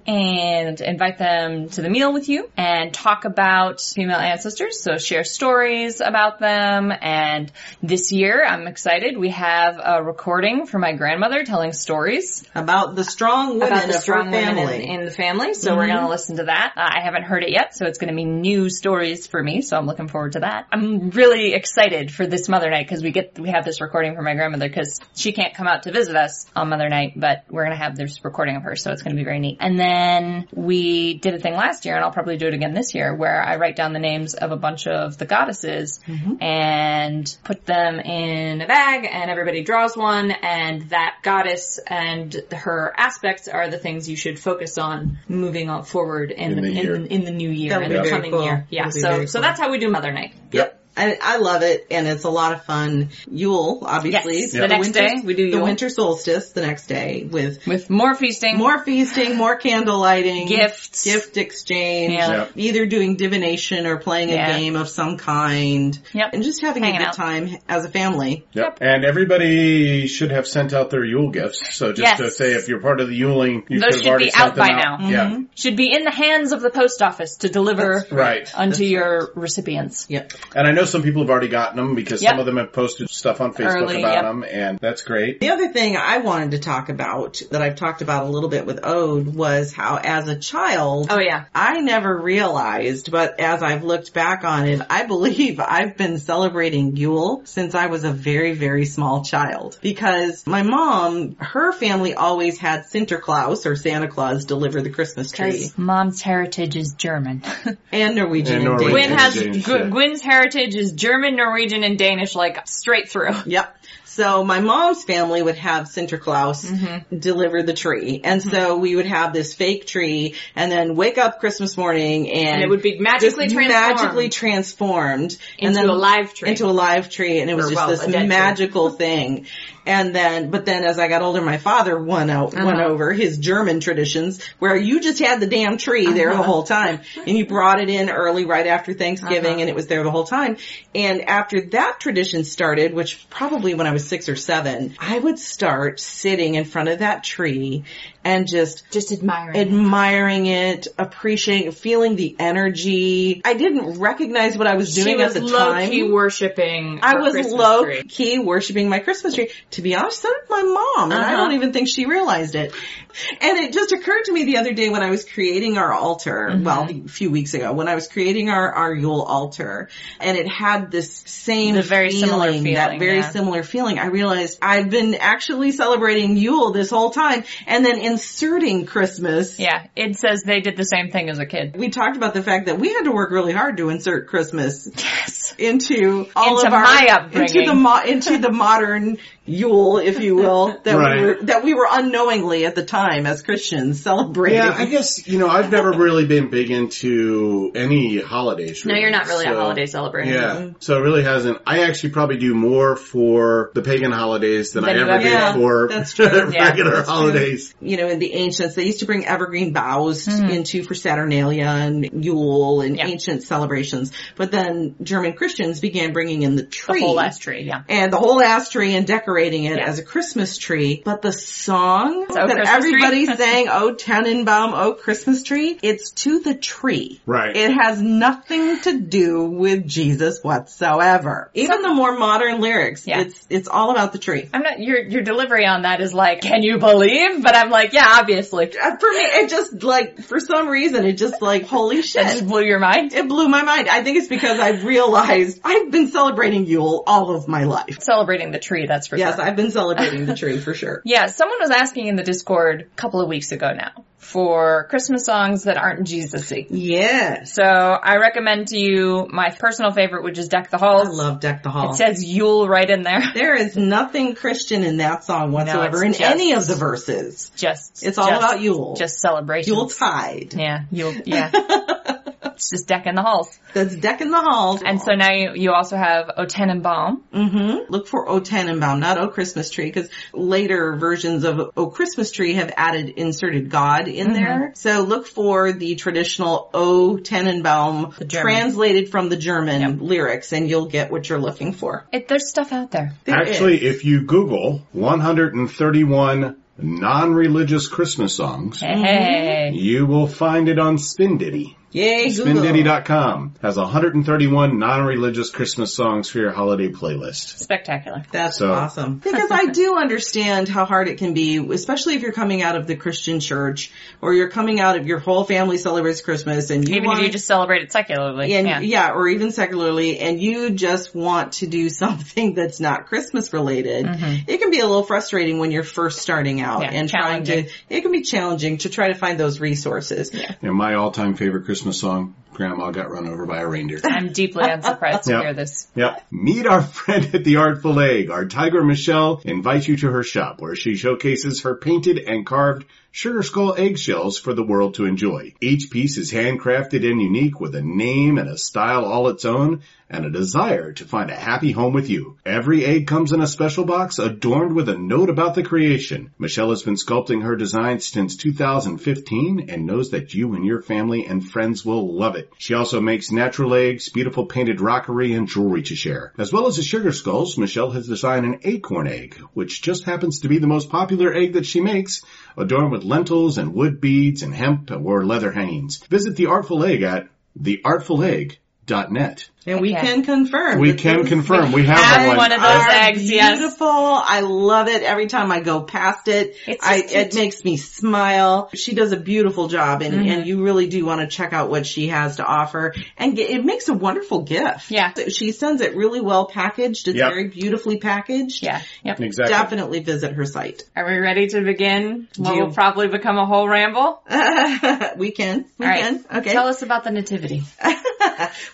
[SPEAKER 3] invite them to the meal with you and talk about female ancestors. So share stories about them. And this year I'm excited. We have a recording from my grandmother telling stories
[SPEAKER 5] About the strong women
[SPEAKER 3] about the
[SPEAKER 5] of
[SPEAKER 3] strong
[SPEAKER 5] her
[SPEAKER 3] women
[SPEAKER 5] family. Mm-hmm.
[SPEAKER 3] in, in the family. So we're going to listen to that. Uh, I haven't heard it yet, so it's going to be new stories for me. So I'm looking forward to that. I'm really excited for this Mother Night because we get we have this recording from my grandmother because she can't come out to visit us on Mother Night, but we're going to have this recording of her, so it's going to be very neat. And then we did a thing last year, and I'll probably do it again this year, where I write down the names of a bunch of the goddesses
[SPEAKER 5] Mm-hmm.
[SPEAKER 3] and put them in a bag and everybody draws one and that goddess and her aspects are the things you should focus on moving on forward in,
[SPEAKER 4] In the
[SPEAKER 3] the,
[SPEAKER 4] year.
[SPEAKER 3] in, in the new year,
[SPEAKER 5] That'll
[SPEAKER 3] in
[SPEAKER 5] be
[SPEAKER 3] the
[SPEAKER 5] very
[SPEAKER 3] coming
[SPEAKER 5] cool.
[SPEAKER 3] year. Yeah.
[SPEAKER 5] That'll be
[SPEAKER 3] So,
[SPEAKER 5] very
[SPEAKER 3] so
[SPEAKER 5] cool.
[SPEAKER 3] that's how we do Mother Night.
[SPEAKER 5] Yep. I, I love it and it's a lot of fun. Yule, obviously.
[SPEAKER 3] Yes. The next day, we do
[SPEAKER 5] the
[SPEAKER 3] Yule.
[SPEAKER 5] winter solstice the next day with
[SPEAKER 3] With more feasting.
[SPEAKER 5] more feasting, more candle lighting,
[SPEAKER 3] Gifts.
[SPEAKER 5] gift exchange,
[SPEAKER 3] Yeah.
[SPEAKER 4] Yep.
[SPEAKER 5] either doing divination or playing
[SPEAKER 3] Yeah.
[SPEAKER 5] a game of some kind,
[SPEAKER 3] Yep.
[SPEAKER 5] and just having
[SPEAKER 3] Hanging
[SPEAKER 5] a good
[SPEAKER 3] out.
[SPEAKER 5] time as a family.
[SPEAKER 4] Yep. And everybody should have sent out their Yule gifts. So just
[SPEAKER 3] Yes.
[SPEAKER 4] to say, if you're part of the Yuling, you should
[SPEAKER 3] Those
[SPEAKER 4] have
[SPEAKER 3] should
[SPEAKER 4] already
[SPEAKER 3] be
[SPEAKER 4] sent
[SPEAKER 3] out
[SPEAKER 4] them
[SPEAKER 3] by
[SPEAKER 4] out.
[SPEAKER 3] now. Mm-hmm.
[SPEAKER 4] Yeah.
[SPEAKER 3] Should be in the hands of the post office to deliver
[SPEAKER 5] That's
[SPEAKER 4] Right.
[SPEAKER 3] unto your recipients.
[SPEAKER 5] Yep.
[SPEAKER 4] And I know some people have already gotten them because
[SPEAKER 3] Yep.
[SPEAKER 4] some of them have posted stuff on Facebook
[SPEAKER 3] Early,
[SPEAKER 4] about
[SPEAKER 3] yep.
[SPEAKER 4] them and that's great.
[SPEAKER 5] The other thing I wanted to talk about that I've talked about a little bit with Ode was how as a child,
[SPEAKER 3] Oh yeah.
[SPEAKER 5] I never realized, but as I've looked back on it, I believe I've been celebrating Yule since I was a very, very small child. Because my mom, her family always had Sinterklaas or Santa Claus deliver the Christmas tree.
[SPEAKER 3] Mom's heritage is German.
[SPEAKER 5] And Norwegian
[SPEAKER 4] And
[SPEAKER 5] and
[SPEAKER 4] Norwegian.
[SPEAKER 5] Danish.
[SPEAKER 3] Gwyn has
[SPEAKER 4] Danish,
[SPEAKER 3] Gw-
[SPEAKER 4] yeah.
[SPEAKER 3] Gwyn's heritage is German, Norwegian, and Danish, like straight through.
[SPEAKER 5] Yep. So my mom's family would have Sinterklaas
[SPEAKER 3] Mm-hmm.
[SPEAKER 5] deliver the tree. And so we would have this fake tree and then wake up Christmas morning and,
[SPEAKER 3] And it would be magically
[SPEAKER 5] just
[SPEAKER 3] transformed
[SPEAKER 5] magically transformed
[SPEAKER 3] into
[SPEAKER 5] and then
[SPEAKER 3] a live tree.
[SPEAKER 5] Into a live tree and it was
[SPEAKER 3] Or,
[SPEAKER 5] just
[SPEAKER 3] well, a
[SPEAKER 5] this
[SPEAKER 3] dead tree.
[SPEAKER 5] magical thing. And then, but then as I got older, my father won out, won
[SPEAKER 6] Uh-huh.
[SPEAKER 5] over his German traditions where you just had the damn tree there the whole time and you brought it in early right after Thanksgiving
[SPEAKER 6] Uh-huh.
[SPEAKER 5] and it was there the whole time. And after that tradition started, which probably when I was six or seven, I would start sitting in front of that tree and just
[SPEAKER 6] Just admiring.
[SPEAKER 5] admiring it, appreciating, feeling the energy. I didn't recognize what I was doing
[SPEAKER 6] she was
[SPEAKER 5] at the
[SPEAKER 6] low
[SPEAKER 5] time.
[SPEAKER 6] key worshiping.
[SPEAKER 5] I
[SPEAKER 6] her
[SPEAKER 5] was
[SPEAKER 6] Christmas
[SPEAKER 5] low
[SPEAKER 6] tree.
[SPEAKER 5] key worshiping my Christmas tree. To be honest, so did my mom, and I
[SPEAKER 6] Uh-huh.
[SPEAKER 5] don't even think she realized it. And it just occurred to me the other day when I was creating our altar,
[SPEAKER 3] Mm-hmm.
[SPEAKER 5] well, a few weeks ago, when I was creating our, our Yule altar, and it had this same
[SPEAKER 3] The very
[SPEAKER 5] feeling,
[SPEAKER 3] similar
[SPEAKER 5] that
[SPEAKER 3] feeling,
[SPEAKER 5] very
[SPEAKER 3] yeah.
[SPEAKER 5] similar feeling. I realized I've been actually celebrating Yule this whole time, and then inserting Christmas
[SPEAKER 3] Yeah, it says they did the same thing as a kid.
[SPEAKER 5] we talked about the fact that we had to work really hard to insert Christmas into all
[SPEAKER 3] Into
[SPEAKER 5] of our
[SPEAKER 3] my upbringing.
[SPEAKER 5] into the mo- into the modern Yule, if you will, that
[SPEAKER 4] Right.
[SPEAKER 5] we were that we were unknowingly at the time as Christians celebrating.
[SPEAKER 4] Yeah, I guess, you know, I've never really been big into any holidays.
[SPEAKER 6] No, you're not really a
[SPEAKER 4] so-
[SPEAKER 6] holiday celebrator.
[SPEAKER 4] Yeah, so it really hasn't. I actually probably do more for the pagan holidays than,
[SPEAKER 6] Than
[SPEAKER 4] I
[SPEAKER 6] you
[SPEAKER 4] ever
[SPEAKER 6] ever
[SPEAKER 4] did
[SPEAKER 5] did.
[SPEAKER 4] for
[SPEAKER 5] Yeah, that's true.
[SPEAKER 3] Yeah,
[SPEAKER 4] regular holidays.
[SPEAKER 5] you know, in the ancients, they used to bring evergreen boughs into for Saturnalia and Yule and
[SPEAKER 3] Hmm. Yeah.
[SPEAKER 5] ancient celebrations. But then German Christians began bringing in the
[SPEAKER 3] The
[SPEAKER 5] tree.
[SPEAKER 3] whole last tree, yeah.
[SPEAKER 5] and the whole ash tree and decorating it
[SPEAKER 3] Yeah.
[SPEAKER 5] as a Christmas tree. But the song
[SPEAKER 3] Oh,
[SPEAKER 5] that
[SPEAKER 3] Christmas
[SPEAKER 5] everybody
[SPEAKER 3] Tree?
[SPEAKER 5] sang, Oh Tannenbaum, Oh Christmas Tree, it's to the tree.
[SPEAKER 4] Right.
[SPEAKER 5] It has nothing to do with Jesus whatsoever. Even the more modern lyrics,
[SPEAKER 3] Yeah.
[SPEAKER 5] it's, it's all about the tree.
[SPEAKER 3] I'm not your your delivery on that is like, can you believe? But I'm like, yeah, obviously.
[SPEAKER 5] Uh, For me, it just like, for some reason, it just like, holy
[SPEAKER 3] That just
[SPEAKER 5] shit.
[SPEAKER 3] blew your mind.
[SPEAKER 5] It blew my mind. I think it's because I realized I've been celebrating Yule all of my life.
[SPEAKER 3] Celebrating the tree, that's for
[SPEAKER 5] Yes,
[SPEAKER 3] sure.
[SPEAKER 5] I've been celebrating the tree for sure.
[SPEAKER 3] Yeah, someone was asking in the Discord a couple of weeks ago now for Christmas songs that aren't Jesus-y.
[SPEAKER 5] Yes.
[SPEAKER 3] So I recommend to you my personal favorite, which is Deck the Halls.
[SPEAKER 5] I love Deck the
[SPEAKER 3] It
[SPEAKER 5] Hall.
[SPEAKER 3] says Yule right in there.
[SPEAKER 5] There is nothing Christian in that song whatsoever in
[SPEAKER 3] just-
[SPEAKER 5] any of the verses.
[SPEAKER 3] Just
[SPEAKER 5] It's all
[SPEAKER 3] just-
[SPEAKER 5] about Yule.
[SPEAKER 3] Just celebration.
[SPEAKER 5] Yule Tide.
[SPEAKER 3] Yeah, Yule. Yeah, it's just decking the halls.
[SPEAKER 5] That's Deck in the Halls.
[SPEAKER 3] And so now you, you also have O Tenenbaum.
[SPEAKER 5] hmm Look for O Tannenbaum, not O Christmas Tree, because later versions of O Christmas Tree have added inserted God in
[SPEAKER 3] Mm-hmm.
[SPEAKER 5] there. So look for the traditional O Tannenbaum
[SPEAKER 3] German.
[SPEAKER 5] um, translated from the German lyrics and you'll get what you're looking for.
[SPEAKER 3] It, there's stuff out there.
[SPEAKER 5] There
[SPEAKER 4] actually,
[SPEAKER 5] is.
[SPEAKER 4] if you Google 131 non-religious Christmas songs,
[SPEAKER 3] Hey,
[SPEAKER 4] you will find it on Spin Diddy.
[SPEAKER 5] Yay, Google.
[SPEAKER 4] SpinDiddy.com has 131 non-religious Christmas songs for your holiday playlist.
[SPEAKER 3] spectacular.
[SPEAKER 5] That's
[SPEAKER 4] So-
[SPEAKER 5] awesome. Because I do understand how hard it can be, especially if you're coming out of the Christian church or you're coming out of your whole family celebrates Christmas and you
[SPEAKER 3] Even
[SPEAKER 5] want,
[SPEAKER 3] if you just celebrate it secularly.
[SPEAKER 5] and,
[SPEAKER 3] yeah.
[SPEAKER 5] yeah. or even secularly and you just want to do something that's not Christmas related, it can be a little frustrating when you're first starting out
[SPEAKER 3] Mm-hmm. Yeah,
[SPEAKER 5] and trying to,
[SPEAKER 3] challenging.
[SPEAKER 5] it can be challenging to try to find those resources.
[SPEAKER 4] And my all-time favorite Christmas song, Grandma Got Run Over by a Reindeer.
[SPEAKER 3] I'm deeply unsurprised to
[SPEAKER 4] Yeah.
[SPEAKER 3] hear this.
[SPEAKER 4] Yep. Meet our friend at the Artful Egg. Our tiger Michelle invites you to her shop where she showcases her painted and carved sugar skull eggshells for the world to enjoy. Each piece is handcrafted and unique with a name and a style all its own and a desire to find a happy home with you. Every egg comes in a special box adorned with a note about the creation. Michelle has been sculpting her design since 2015 and knows that you and your family and friends will love it. She also makes natural eggs, beautiful painted rockery, and jewelry to share. As well as the sugar skulls, Michelle has designed an acorn egg, which just happens to be the most popular egg that she makes, adorned with lentils and wood beads and hemp or leather hangings. Visit the Artful Egg at theartfulegg.net.
[SPEAKER 5] And we
[SPEAKER 3] Okay.
[SPEAKER 5] can confirm.
[SPEAKER 4] We
[SPEAKER 5] that
[SPEAKER 4] can
[SPEAKER 5] those
[SPEAKER 4] confirm. We have,
[SPEAKER 3] Have
[SPEAKER 4] one.
[SPEAKER 3] one of those
[SPEAKER 5] are
[SPEAKER 3] eggs, yes.
[SPEAKER 5] Beautiful. I love it every time I go past it.
[SPEAKER 3] It's
[SPEAKER 5] I,
[SPEAKER 3] just cute.
[SPEAKER 5] it makes me smile. She does a beautiful job and,
[SPEAKER 3] Mm-hmm.
[SPEAKER 5] and you really do want to check out what she has to offer and get, it makes a wonderful gift.
[SPEAKER 3] Yeah.
[SPEAKER 5] She sends it really well packaged. It's
[SPEAKER 4] Yep.
[SPEAKER 5] very beautifully packaged.
[SPEAKER 3] Yeah. Yep.
[SPEAKER 4] Exactly.
[SPEAKER 5] Definitely visit her site.
[SPEAKER 6] Are we ready to begin? What
[SPEAKER 5] Do-
[SPEAKER 6] will probably become a whole ramble?
[SPEAKER 5] we can. We
[SPEAKER 3] All right.
[SPEAKER 5] can. Okay.
[SPEAKER 6] Tell us about the nativity.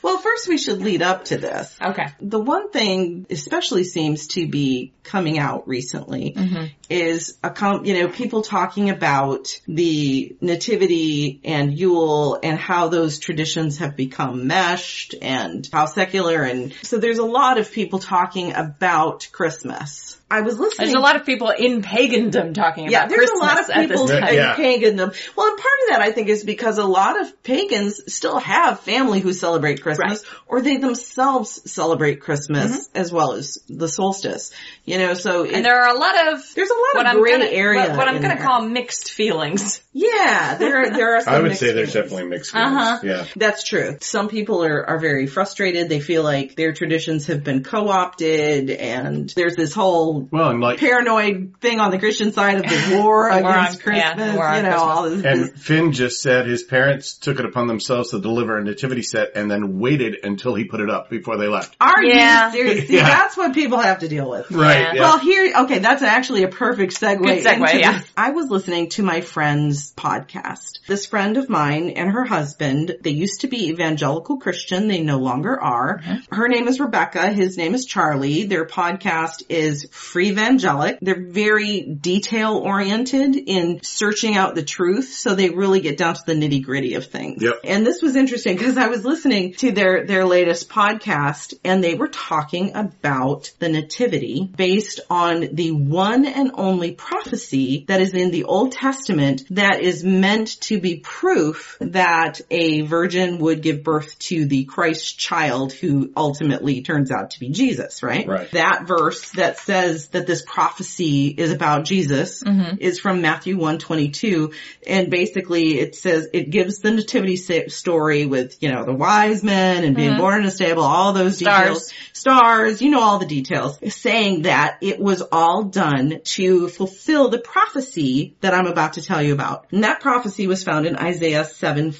[SPEAKER 5] well, first we should lead up to this.
[SPEAKER 3] Okay.
[SPEAKER 5] The one thing especially seems to be coming out recently
[SPEAKER 6] Mm-hmm.
[SPEAKER 5] is a com- you know people talking about the nativity and Yule and how those traditions have become meshed and how secular and so there's a lot of people talking about Christmas. I was listening
[SPEAKER 6] There's a lot of people in pagandom talking about
[SPEAKER 5] yeah, there's
[SPEAKER 6] Christmas
[SPEAKER 5] a lot of
[SPEAKER 6] at this
[SPEAKER 5] people
[SPEAKER 6] time.
[SPEAKER 5] in
[SPEAKER 4] Yeah.
[SPEAKER 5] pagandom. Well, and part of that I think is because a lot of pagans still have family who celebrate Christmas, or they themselves celebrate Christmas as well as the solstice. You know, so it-
[SPEAKER 6] Mm-hmm. And there are a lot of
[SPEAKER 5] there's a lot
[SPEAKER 6] what
[SPEAKER 5] of
[SPEAKER 6] I'm
[SPEAKER 5] gray
[SPEAKER 6] gonna,
[SPEAKER 5] area.
[SPEAKER 6] What, what I'm
[SPEAKER 5] in
[SPEAKER 6] going to
[SPEAKER 5] there.
[SPEAKER 6] call mixed feelings.
[SPEAKER 5] yeah, there there are. Some
[SPEAKER 4] I would
[SPEAKER 5] mixed
[SPEAKER 4] say there's
[SPEAKER 5] feelings.
[SPEAKER 4] definitely mixed feelings.
[SPEAKER 6] Uh-huh.
[SPEAKER 4] Yeah.
[SPEAKER 5] That's true. Some people are, are very frustrated. They feel like their traditions have been co-opted and there's this whole
[SPEAKER 4] Well, and like,
[SPEAKER 5] paranoid thing on the Christian side of the war
[SPEAKER 3] War on-
[SPEAKER 5] against
[SPEAKER 3] yeah,
[SPEAKER 5] Christmas,
[SPEAKER 3] war on
[SPEAKER 5] you know,
[SPEAKER 3] Christmas.
[SPEAKER 5] all this, this-
[SPEAKER 4] and Finn just said his parents took it upon themselves to deliver a nativity set and then waited until he put it up before they left.
[SPEAKER 5] Are
[SPEAKER 3] Yeah.
[SPEAKER 5] you serious? See,
[SPEAKER 4] Yeah.
[SPEAKER 5] That's what people have to deal with.
[SPEAKER 4] Right.
[SPEAKER 3] Yeah.
[SPEAKER 4] Yeah.
[SPEAKER 5] Well, here, okay, that's actually a perfect segue.
[SPEAKER 3] Good segue,
[SPEAKER 5] into
[SPEAKER 3] yeah.
[SPEAKER 5] this. I was listening to my friend's podcast. This friend of mine and her husband, they used to be evangelical Christian. They no longer are. Her name is Rebecca. His name is Charlie. Their podcast is Free Evangelic. They're very detail oriented in searching out the truth. So they really get down to the nitty gritty of things.
[SPEAKER 4] Yep.
[SPEAKER 5] And this was interesting because I was listening to their, their latest podcast and they were talking about the nativity based on the one and only prophecy that is in the Old Testament that is meant to be proof that a virgin would give birth to the Christ child who ultimately turns out to be Jesus, right?
[SPEAKER 4] Right.
[SPEAKER 5] That verse that says that this prophecy is about Jesus is from Matthew 122 and basically it says it gives the nativity sa- story with, you know, the wise men and being born in a stable, all those details, stars, you know all the details, saying that it was all done to fulfill the prophecy that I'm about to tell you about. And that prophecy was found in Isaiah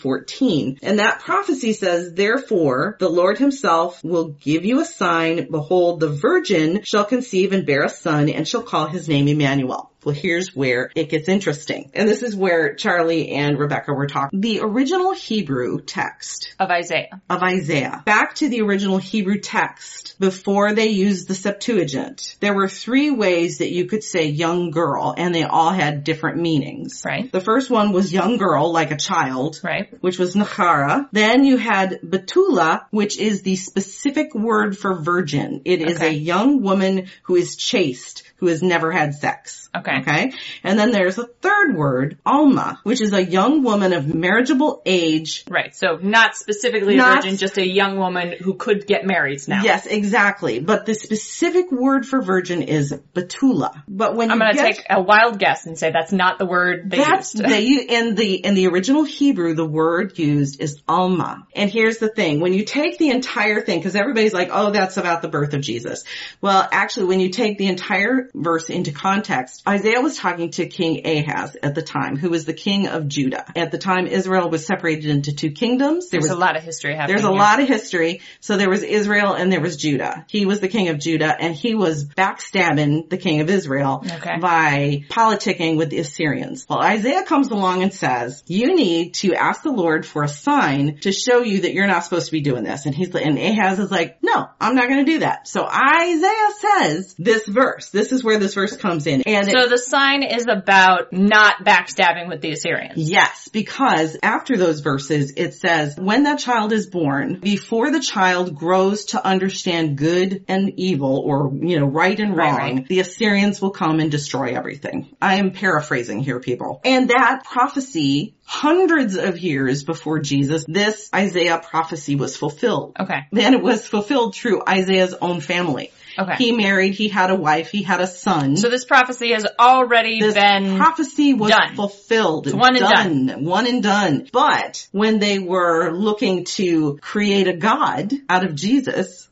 [SPEAKER 5] 7:14. And that prophecy says, "Therefore, the Lord himself will give you a sign, behold, the virgin shall conceive and bear a son and shall call his name Emmanuel." Well, here's where it gets interesting. And this is where Charlie and Rebecca were talking. The original Hebrew text
[SPEAKER 3] Of Isaiah.
[SPEAKER 5] of Isaiah. Back to the original Hebrew text before they used the Septuagint. There were three ways that you could say young girl and they all had different meanings.
[SPEAKER 3] Right.
[SPEAKER 5] The first one was young girl, like a child.
[SPEAKER 3] Right.
[SPEAKER 5] Which was Nachara. Then you had Betula, which is the specific word for virgin. It is
[SPEAKER 3] Okay.
[SPEAKER 5] a young woman who is chaste, who has never had sex.
[SPEAKER 3] Okay.
[SPEAKER 5] Okay. And then there's a third word, Alma, which is a young woman of marriageable age
[SPEAKER 3] Right. So
[SPEAKER 6] So not specifically a
[SPEAKER 5] Not-
[SPEAKER 6] virgin, just a young woman who could get married now.
[SPEAKER 5] Yes, exactly. But the specific word for virgin is betula. But when
[SPEAKER 3] I'm
[SPEAKER 5] you
[SPEAKER 3] going to
[SPEAKER 5] get-
[SPEAKER 3] take a wild guess and say that's not the word they
[SPEAKER 5] that's
[SPEAKER 3] used.
[SPEAKER 5] they u- in the in the original Hebrew, the word used is alma. And here's the thing: when you take the entire thing, because everybody's like, "Oh, that's about the birth of Jesus." Well, actually, when you take the entire verse into context, Isaiah was talking to King Ahaz at the time, who was the king of Judah. At the time, Israel was separated into two kingdoms. There
[SPEAKER 3] There's
[SPEAKER 5] was
[SPEAKER 3] a lot of history happening.
[SPEAKER 5] there's a
[SPEAKER 3] here.
[SPEAKER 5] lot of history. So there was Israel and there was Judah. He was the king of Judah and he was backstabbing the king of Israel
[SPEAKER 3] Okay.
[SPEAKER 5] by politicking with the Assyrians. Well, Isaiah comes along and says, you need to ask the Lord for a sign to show you that you're not supposed to be doing this. And he's, and Ahaz is like, no, I'm not going to do that. So Isaiah says this verse, this is where this verse comes in. And it-
[SPEAKER 3] So the sign is about not backstabbing with the Assyrians.
[SPEAKER 5] Yes, because after those verses, it says, when that child is born, before the child grows to understand good and evil or, you know, right and wrong,
[SPEAKER 3] Right, right.
[SPEAKER 5] the Assyrians will come and destroy everything. I am paraphrasing here, people. And that prophecy, hundreds of years before Jesus, this Isaiah prophecy was fulfilled.
[SPEAKER 3] Okay.
[SPEAKER 5] Then it was fulfilled through Isaiah's own family.
[SPEAKER 3] Okay.
[SPEAKER 5] He married, he had a wife, he had a son
[SPEAKER 3] So this prophecy has already
[SPEAKER 5] this
[SPEAKER 3] been
[SPEAKER 5] prophecy was
[SPEAKER 3] done.
[SPEAKER 5] fulfilled.
[SPEAKER 3] one and done.
[SPEAKER 5] One and done. But when they were looking to
[SPEAKER 3] Mm-hmm.
[SPEAKER 5] create a God out of Jesus,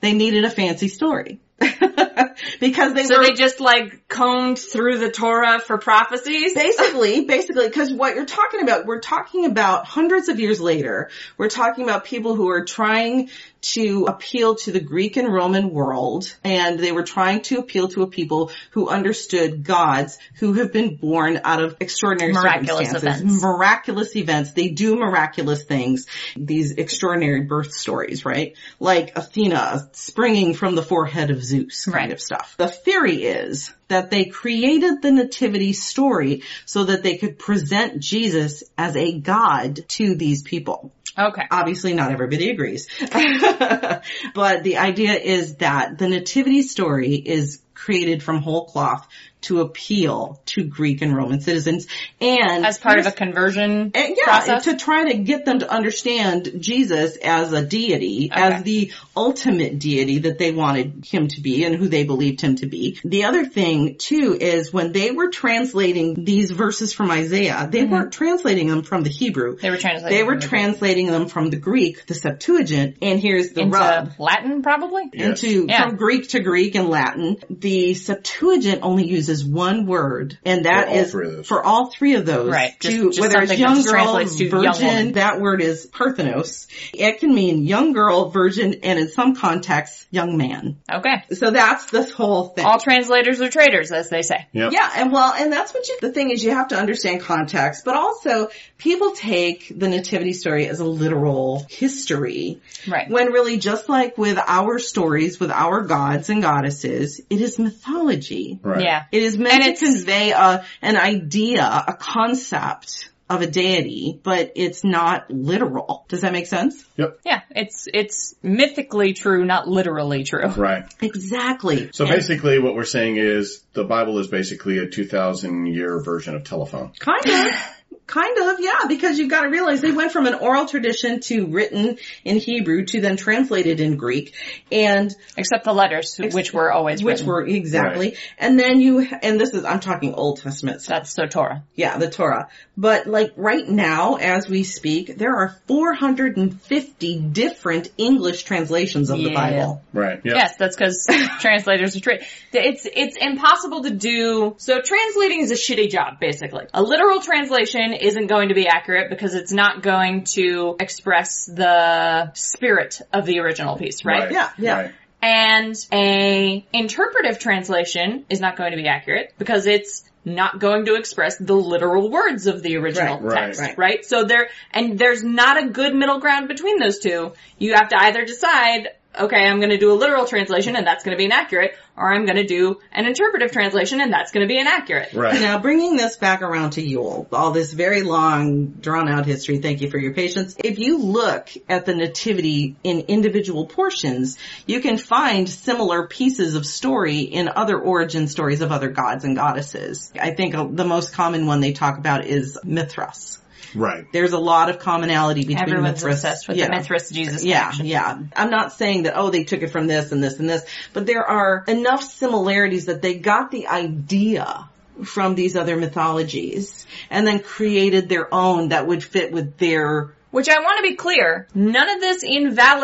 [SPEAKER 5] they needed a fancy story. because they
[SPEAKER 6] So
[SPEAKER 5] were
[SPEAKER 6] they just like combed through the Torah for prophecies?
[SPEAKER 5] Basically, basically, because what you're talking about, we're talking about hundreds of years later. We're talking about people who are trying to appeal to the Greek and Roman world, and they were trying to appeal to a people who understood gods who have been born out of extraordinary
[SPEAKER 3] Miraculous
[SPEAKER 5] circumstances,
[SPEAKER 3] events.
[SPEAKER 5] miraculous events. They do miraculous things. These extraordinary birth stories, right? Like Athena springing from the forehead of Zeus, kind
[SPEAKER 3] Right.
[SPEAKER 5] of stuff. The theory is that they created the nativity story so that they could present Jesus as a god to these people.
[SPEAKER 3] Okay.
[SPEAKER 5] Obviously not everybody agrees. but the idea is that the nativity story is created from whole cloth to appeal to Greek and Roman citizens and
[SPEAKER 3] As part of a conversion
[SPEAKER 5] and Uh, yeah,
[SPEAKER 3] process?
[SPEAKER 5] to try to get them to understand Jesus as a deity, as the ultimate deity that they wanted him to be and who they believed him to be. The other thing too is when they were translating these verses from Isaiah, they weren't translating them from the Hebrew.
[SPEAKER 3] Mm-hmm. They were translating
[SPEAKER 5] They were
[SPEAKER 3] them into-
[SPEAKER 5] translating them from the Greek, the Septuagint, and here's the
[SPEAKER 3] into
[SPEAKER 5] rub
[SPEAKER 3] Latin probably?
[SPEAKER 4] Yes.
[SPEAKER 5] into
[SPEAKER 3] Yeah.
[SPEAKER 5] from Greek to Greek and Latin. The Septuagint only uses one word, and that
[SPEAKER 4] For all
[SPEAKER 5] is
[SPEAKER 4] three of those.
[SPEAKER 5] for all three of those.
[SPEAKER 3] Right, just-
[SPEAKER 5] to-
[SPEAKER 3] just
[SPEAKER 5] whether
[SPEAKER 3] something
[SPEAKER 5] it's
[SPEAKER 3] that
[SPEAKER 5] young
[SPEAKER 3] just
[SPEAKER 5] girl,
[SPEAKER 3] translates to young
[SPEAKER 5] virgin,
[SPEAKER 3] woman.
[SPEAKER 5] that word is parthenos. It can mean young girl, virgin, and in some contexts, young man.
[SPEAKER 3] Okay.
[SPEAKER 5] So that's this whole thing.
[SPEAKER 3] All translators are traitors, as they say.
[SPEAKER 4] Yep.
[SPEAKER 5] Yeah, and well, and that's what you, the thing is you have to understand context, but also people take the nativity story as a literal history.
[SPEAKER 3] Right.
[SPEAKER 5] When really just like with our stories, with our gods and goddesses, it is mythology.
[SPEAKER 4] Right.
[SPEAKER 3] Yeah.
[SPEAKER 5] It is meant
[SPEAKER 3] And
[SPEAKER 5] to
[SPEAKER 3] it's-
[SPEAKER 5] convey a, an idea, a concept of a deity, but it's not literal. Does that make sense?
[SPEAKER 3] Yeah. It's, it's mythically true, not literally true.
[SPEAKER 4] Right.
[SPEAKER 5] Exactly.
[SPEAKER 4] So
[SPEAKER 5] And
[SPEAKER 4] basically what we're saying is the Bible is basically a 2000 year version of telephone.
[SPEAKER 5] Kind of. Kind of, yeah, because you've got to realize they went from an oral tradition to written in Hebrew to then translated in Greek and
[SPEAKER 3] Except the letters, which were always
[SPEAKER 5] which
[SPEAKER 3] written.
[SPEAKER 5] were exactly, and then you, and this is, I'm talking Old Testament, so
[SPEAKER 3] That's Sotora.
[SPEAKER 5] yeah, the Torah. But like right now, as we speak, there are 450 different English translations of the
[SPEAKER 3] Yeah.
[SPEAKER 5] Bible.
[SPEAKER 4] Right. Yep.
[SPEAKER 3] Yes, that's because translators are tra-
[SPEAKER 6] It's it's impossible to do. So translating is a shitty job, basically. A literal translation isn't going to be accurate because it's not going to express the spirit of the original piece, right?
[SPEAKER 5] Yeah, yeah.
[SPEAKER 4] Right.
[SPEAKER 6] And a interpretive translation is not going to be accurate because it's not going to express the literal words of the original
[SPEAKER 4] Right, right,
[SPEAKER 6] text,
[SPEAKER 5] right.
[SPEAKER 6] right? So there, and there's not a good middle ground between those two. You have to either decide, okay, I'm gonna do a literal translation and that's gonna be inaccurate, or I'm gonna do an interpretive translation and that's gonna be inaccurate.
[SPEAKER 4] Right.
[SPEAKER 5] Now bringing this back around to Yule, all this very long drawn out history, thank you for your patience. If you look at the nativity in individual portions, you can find similar pieces of story in other origin stories of other gods and goddesses. I think uh, the most common one they talk about is Mithras.
[SPEAKER 4] Right.
[SPEAKER 5] There's a lot of commonality between
[SPEAKER 3] Everyone's
[SPEAKER 5] Mithras.
[SPEAKER 3] obsessed with
[SPEAKER 5] yeah.
[SPEAKER 3] the Mithras Jesus
[SPEAKER 5] Yeah,
[SPEAKER 3] connection.
[SPEAKER 5] yeah. I'm not saying that, oh, they took it from this and this and this, but there are enough similarities that they got the idea from these other mythologies and then created their own that would fit with their
[SPEAKER 6] Which I want to be clear, none of this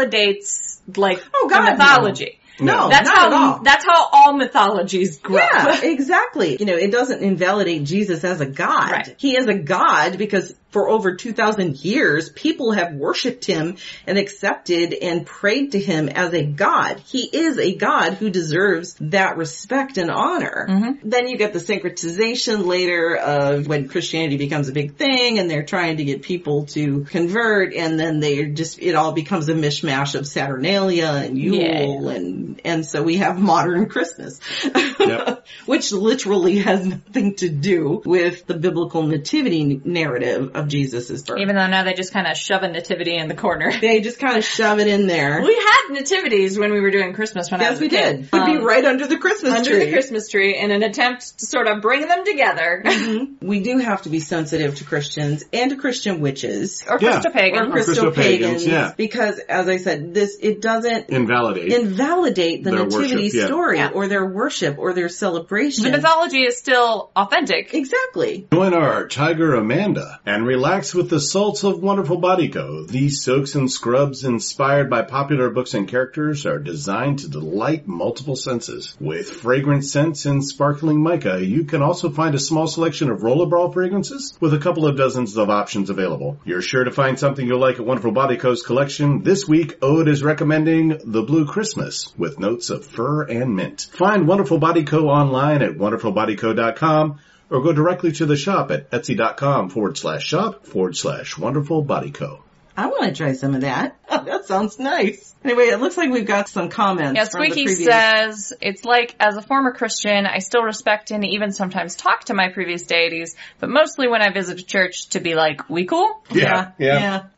[SPEAKER 6] invalidates like
[SPEAKER 5] Oh, God,
[SPEAKER 6] the mythology.
[SPEAKER 5] no,
[SPEAKER 6] That's
[SPEAKER 5] not
[SPEAKER 6] how
[SPEAKER 5] at all.
[SPEAKER 6] that's how Oh, all mythologies grow.
[SPEAKER 5] yeah, exactly. You know, it doesn't invalidate Jesus as a god.
[SPEAKER 6] Right.
[SPEAKER 5] He is a god because for over 2,000 years, people have worshiped him and accepted and prayed to him as a god. He is a god who deserves that respect and honor. Then you get the syncretization later of when Christianity becomes a big thing and they're trying to get people to convert and then they just, it all becomes a mishmash of Saturnalia and Yule and, and so we have modern Christmas.
[SPEAKER 4] Yep.
[SPEAKER 5] Which literally has nothing to do with the biblical nativity narrative of Jesus' birth.
[SPEAKER 6] Even though now they just kind of shove a nativity in the corner.
[SPEAKER 5] they just kind of shove it in there.
[SPEAKER 6] We had nativities when we were doing Christmas when I
[SPEAKER 5] Yes,
[SPEAKER 6] was
[SPEAKER 5] we
[SPEAKER 6] a kid.
[SPEAKER 5] did. Would be
[SPEAKER 6] Um,
[SPEAKER 5] right under the Christmas
[SPEAKER 6] under
[SPEAKER 5] tree.
[SPEAKER 6] the Christmas tree in an attempt to sort of bring them together.
[SPEAKER 5] we do have to be sensitive to Christians and to Christian witches.
[SPEAKER 3] Or
[SPEAKER 4] Yeah.
[SPEAKER 3] Christopagan.
[SPEAKER 5] Or crystal
[SPEAKER 4] Christopagans,
[SPEAKER 5] pagans,
[SPEAKER 4] yeah.
[SPEAKER 5] because as I said, this, it doesn't
[SPEAKER 4] Invalidate.
[SPEAKER 5] invalidate validate the
[SPEAKER 4] Their
[SPEAKER 5] nativity
[SPEAKER 4] worship, yeah.
[SPEAKER 5] story
[SPEAKER 3] Yeah.
[SPEAKER 5] or their worship or their celebration.
[SPEAKER 3] The mythology is still authentic.
[SPEAKER 5] exactly.
[SPEAKER 4] Join our Tiger Amanda and relax with the salts of Wonderful Bodyco. These soaks and scrubs inspired by popular books and characters are designed to delight multiple senses. With fragrant scents and sparkling mica, you can also find a small selection of rollerball fragrances with a couple of dozens of options available. You're sure to find something you'll like at Wonderful Bodyco's collection. This week, Ode is recommending The Blue Christmas with notes of fir and mint. Find Wonderful Bodyco online at wonderfulbodyco.com or go directly to the shop at etsy.com forward slash shop forward slash wonderful body co.
[SPEAKER 5] I want to try some of that. that sounds nice. Anyway, it looks like we've got some comments.
[SPEAKER 3] Yeah,
[SPEAKER 5] from the
[SPEAKER 3] Squeaky
[SPEAKER 5] previous-
[SPEAKER 3] says, it's like, as a former Christian, I still respect and even sometimes talk to my previous deities, but mostly when I visit a church to be like, we cool?
[SPEAKER 5] Yeah,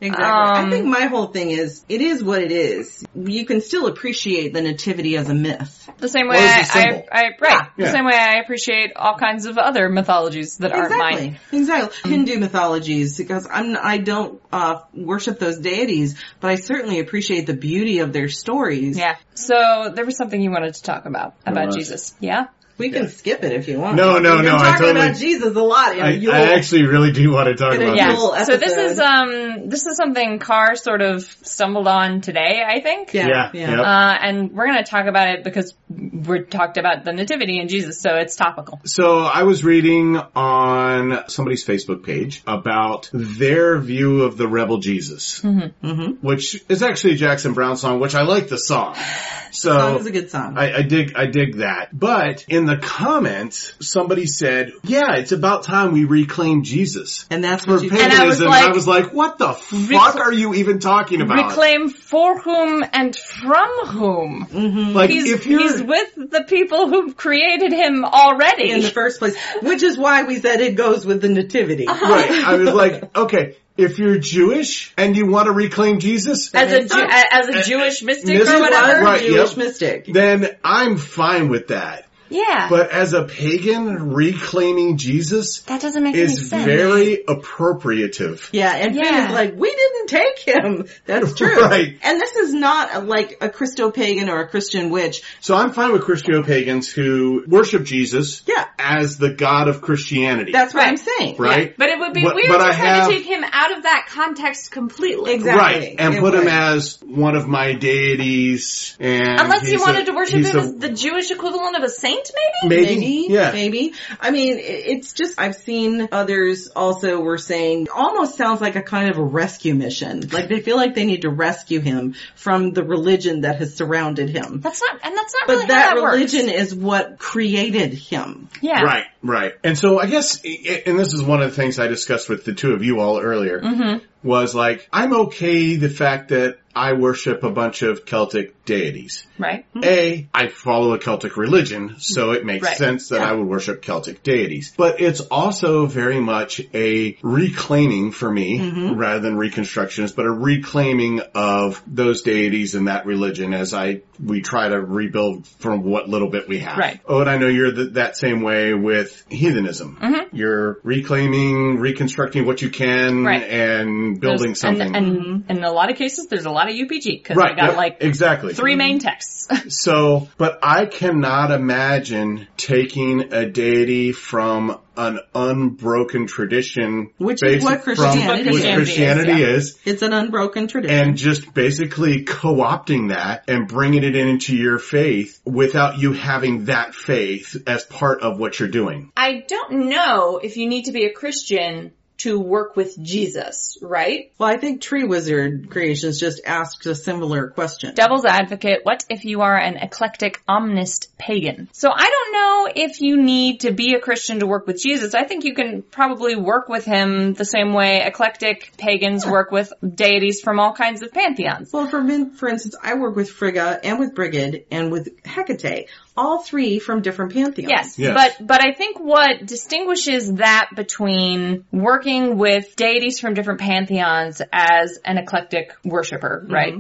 [SPEAKER 5] exactly. I
[SPEAKER 3] Um,
[SPEAKER 5] think my whole thing is it is what it is. You can still appreciate the nativity as a myth.
[SPEAKER 3] The same way
[SPEAKER 4] What is the
[SPEAKER 3] I,
[SPEAKER 4] symbol?
[SPEAKER 3] I, I right.
[SPEAKER 4] Yeah.
[SPEAKER 3] The same way I appreciate all kinds of other mythologies that aren't mine.
[SPEAKER 5] Exactly.
[SPEAKER 3] Mm-hmm.
[SPEAKER 5] Exactly. Hindu mythologies, because I'm, I don't, uh, worship those deities, but I certainly appreciate the beauty of their stories.
[SPEAKER 3] Yeah. So there was something you wanted to talk about about
[SPEAKER 4] was.
[SPEAKER 3] Jesus. Yeah.
[SPEAKER 5] We can skip it if you want.
[SPEAKER 4] No, no,
[SPEAKER 5] We've
[SPEAKER 4] no,
[SPEAKER 5] Been
[SPEAKER 4] I
[SPEAKER 5] talking
[SPEAKER 4] totally-
[SPEAKER 5] about Jesus a lot.
[SPEAKER 4] I,
[SPEAKER 5] And
[SPEAKER 4] I actually really do want to talk
[SPEAKER 5] Get a
[SPEAKER 4] about
[SPEAKER 5] Yeah.
[SPEAKER 4] this.
[SPEAKER 5] yell. Cool
[SPEAKER 3] So this
[SPEAKER 5] episode.
[SPEAKER 3] is um this is something Carr sort of stumbled on today, I think.
[SPEAKER 5] yeah,
[SPEAKER 4] Yeah,
[SPEAKER 5] yeah.
[SPEAKER 4] yep.
[SPEAKER 3] Uh, and we're gonna talk about it because we're talked about the nativity and Jesus, so it's topical.
[SPEAKER 4] So I was reading on somebody's Facebook page about their view of the rebel Jesus,
[SPEAKER 5] Mm-hmm.
[SPEAKER 4] which is actually a Jackson Brown song, which I like the song. So
[SPEAKER 5] Song is a good song.
[SPEAKER 4] I, I dig, I dig that. But in the comments, somebody said, "Yeah, it's about time we reclaim Jesus."
[SPEAKER 5] and that's
[SPEAKER 4] for
[SPEAKER 5] what you
[SPEAKER 4] paganism.
[SPEAKER 3] I
[SPEAKER 4] I
[SPEAKER 3] was
[SPEAKER 4] was,
[SPEAKER 3] like-
[SPEAKER 4] like, what the fuck are you even talking about?
[SPEAKER 3] Reclaim for whom and from whom.
[SPEAKER 4] like,
[SPEAKER 3] He's,
[SPEAKER 4] Mm. if you're,
[SPEAKER 3] he's with the people who created him already.
[SPEAKER 5] in the first place, which is why we said it goes with the nativity.
[SPEAKER 4] right, I was like, okay, if you're Jewish and you want to reclaim Jesus,
[SPEAKER 6] As a, Ju- as
[SPEAKER 4] Uh,
[SPEAKER 6] a Jewish mystic
[SPEAKER 4] Mystic,
[SPEAKER 6] or whatever.
[SPEAKER 4] Right,
[SPEAKER 5] Jewish
[SPEAKER 4] yep.
[SPEAKER 5] mystic.
[SPEAKER 4] then I'm fine with that.
[SPEAKER 3] yeah.
[SPEAKER 4] But as a pagan, reclaiming Jesus
[SPEAKER 3] that doesn't make any
[SPEAKER 4] is
[SPEAKER 3] sense.
[SPEAKER 4] very appropriative.
[SPEAKER 5] Yeah, and Finn
[SPEAKER 3] Yeah.
[SPEAKER 5] is like, we didn't take him. That's true.
[SPEAKER 4] Right.
[SPEAKER 5] And this is not a, like a Christo pagan or a Christian witch.
[SPEAKER 4] So I'm fine with Christopagans who worship Jesus
[SPEAKER 5] Yeah.
[SPEAKER 4] as the God of Christianity.
[SPEAKER 5] That's what I'm
[SPEAKER 3] Right.
[SPEAKER 5] saying.
[SPEAKER 4] right?
[SPEAKER 6] But it would be
[SPEAKER 4] But-
[SPEAKER 6] weird
[SPEAKER 4] but
[SPEAKER 6] to
[SPEAKER 4] I
[SPEAKER 6] try
[SPEAKER 4] have-
[SPEAKER 6] to take him out of that context completely.
[SPEAKER 5] Exactly.
[SPEAKER 4] Right, and
[SPEAKER 5] It
[SPEAKER 4] put him
[SPEAKER 5] would.
[SPEAKER 4] as one of my deities, and
[SPEAKER 6] Unless you
[SPEAKER 4] he's
[SPEAKER 6] wanted
[SPEAKER 4] a-
[SPEAKER 6] to worship
[SPEAKER 4] he's
[SPEAKER 6] him
[SPEAKER 4] a-
[SPEAKER 6] as the Jewish equivalent of a saint, maybe?
[SPEAKER 4] maybe,
[SPEAKER 5] Maybe,
[SPEAKER 4] yeah,
[SPEAKER 5] maybe. I mean, i- it's just, I've seen others also were saying, almost sounds like a kind of a rescue mission. Like they feel like they need to rescue him from the religion that has surrounded him.
[SPEAKER 3] That's not, and that's not
[SPEAKER 5] But
[SPEAKER 3] really
[SPEAKER 5] that,
[SPEAKER 3] how that
[SPEAKER 5] religion
[SPEAKER 3] works.
[SPEAKER 5] is what created him.
[SPEAKER 3] Yeah.
[SPEAKER 4] right, right. And so I guess, and this is one of the things I discussed with the two of you all earlier, was like I'm okay the fact that I worship a bunch of Celtic deities.
[SPEAKER 3] Right.
[SPEAKER 4] A, I follow a Celtic religion, so it makes
[SPEAKER 3] Right.
[SPEAKER 4] sense that I would worship Celtic deities. But it's also very much a reclaiming for me,
[SPEAKER 3] Mm-hmm.
[SPEAKER 4] rather than reconstructionist, but a reclaiming of those deities and that religion as I, we try to rebuild from what little bit we have.
[SPEAKER 3] Right.
[SPEAKER 4] Oh, and I know you're th- that same way with heathenism.
[SPEAKER 3] Mm-hmm.
[SPEAKER 4] You're reclaiming, reconstructing what you can,
[SPEAKER 3] Right.
[SPEAKER 4] and building
[SPEAKER 3] There's-
[SPEAKER 4] something.
[SPEAKER 3] And, and, and in a lot of cases, there's a lot of UPG because
[SPEAKER 4] Right,
[SPEAKER 3] we got
[SPEAKER 4] yeah,
[SPEAKER 3] like
[SPEAKER 4] exactly.
[SPEAKER 3] three main texts.
[SPEAKER 4] So, but I cannot imagine taking a deity from an unbroken tradition,
[SPEAKER 5] Which
[SPEAKER 4] basi-
[SPEAKER 5] is what
[SPEAKER 4] from-
[SPEAKER 5] Christianity
[SPEAKER 4] which
[SPEAKER 5] is.
[SPEAKER 4] Christianity
[SPEAKER 3] Yeah.
[SPEAKER 4] is,
[SPEAKER 5] It's an unbroken tradition.
[SPEAKER 4] and just basically co-opting that and bringing it into your faith without you having that faith as part of what you're doing.
[SPEAKER 6] I don't know if you need to be a Christian to work with Jesus, right?
[SPEAKER 5] Well, I think Tree Wizard Creations just asked a similar question.
[SPEAKER 3] Devil's advocate, what if you are an eclectic omnist pagan? So I don't know if you need to be a Christian to work with Jesus. I think you can probably work with him the same way eclectic pagans work with deities from all kinds of pantheons.
[SPEAKER 5] Well, for, min- for instance, I work with Frigga and with Brigid and with Hecate. all three from different pantheons.
[SPEAKER 3] Yes,
[SPEAKER 4] Yes.
[SPEAKER 3] but but I think what distinguishes that between working with deities from different pantheons as an eclectic worshiper, right,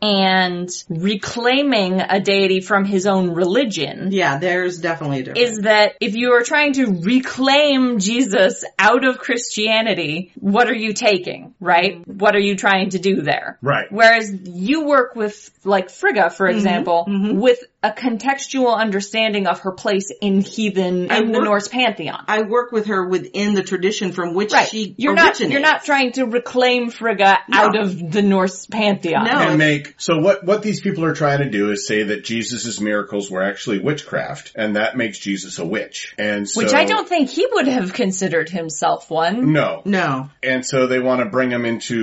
[SPEAKER 3] and reclaiming a deity from his own religion.
[SPEAKER 5] Yeah, there's definitely a difference.
[SPEAKER 3] Is that if you are trying to reclaim Jesus out of Christianity, what are you taking, right? What are you trying to do there?
[SPEAKER 4] Right.
[SPEAKER 3] Whereas you work with, like Frigga, for
[SPEAKER 5] Mm-hmm.
[SPEAKER 3] example, with a contextual understanding of her place in heathen,
[SPEAKER 5] I
[SPEAKER 3] in the
[SPEAKER 5] work-
[SPEAKER 3] Norse pantheon.
[SPEAKER 5] I work with her within the tradition from which
[SPEAKER 3] right.
[SPEAKER 5] she
[SPEAKER 3] you're
[SPEAKER 5] originates.
[SPEAKER 3] not, you're not trying to reclaim Frigga out of the Norse pantheon.
[SPEAKER 5] No.
[SPEAKER 4] and
[SPEAKER 5] it's-
[SPEAKER 4] make so what what these people are trying to do is say that Jesus' miracles were actually witchcraft, and that makes Jesus a witch. And so,
[SPEAKER 3] Which I don't think he would have considered himself one.
[SPEAKER 4] No,
[SPEAKER 5] No.
[SPEAKER 4] and so they want to bring him into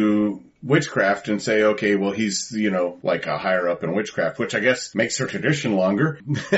[SPEAKER 4] witchcraft and say, okay, well he's you know like a higher up in witchcraft, which I guess makes their tradition longer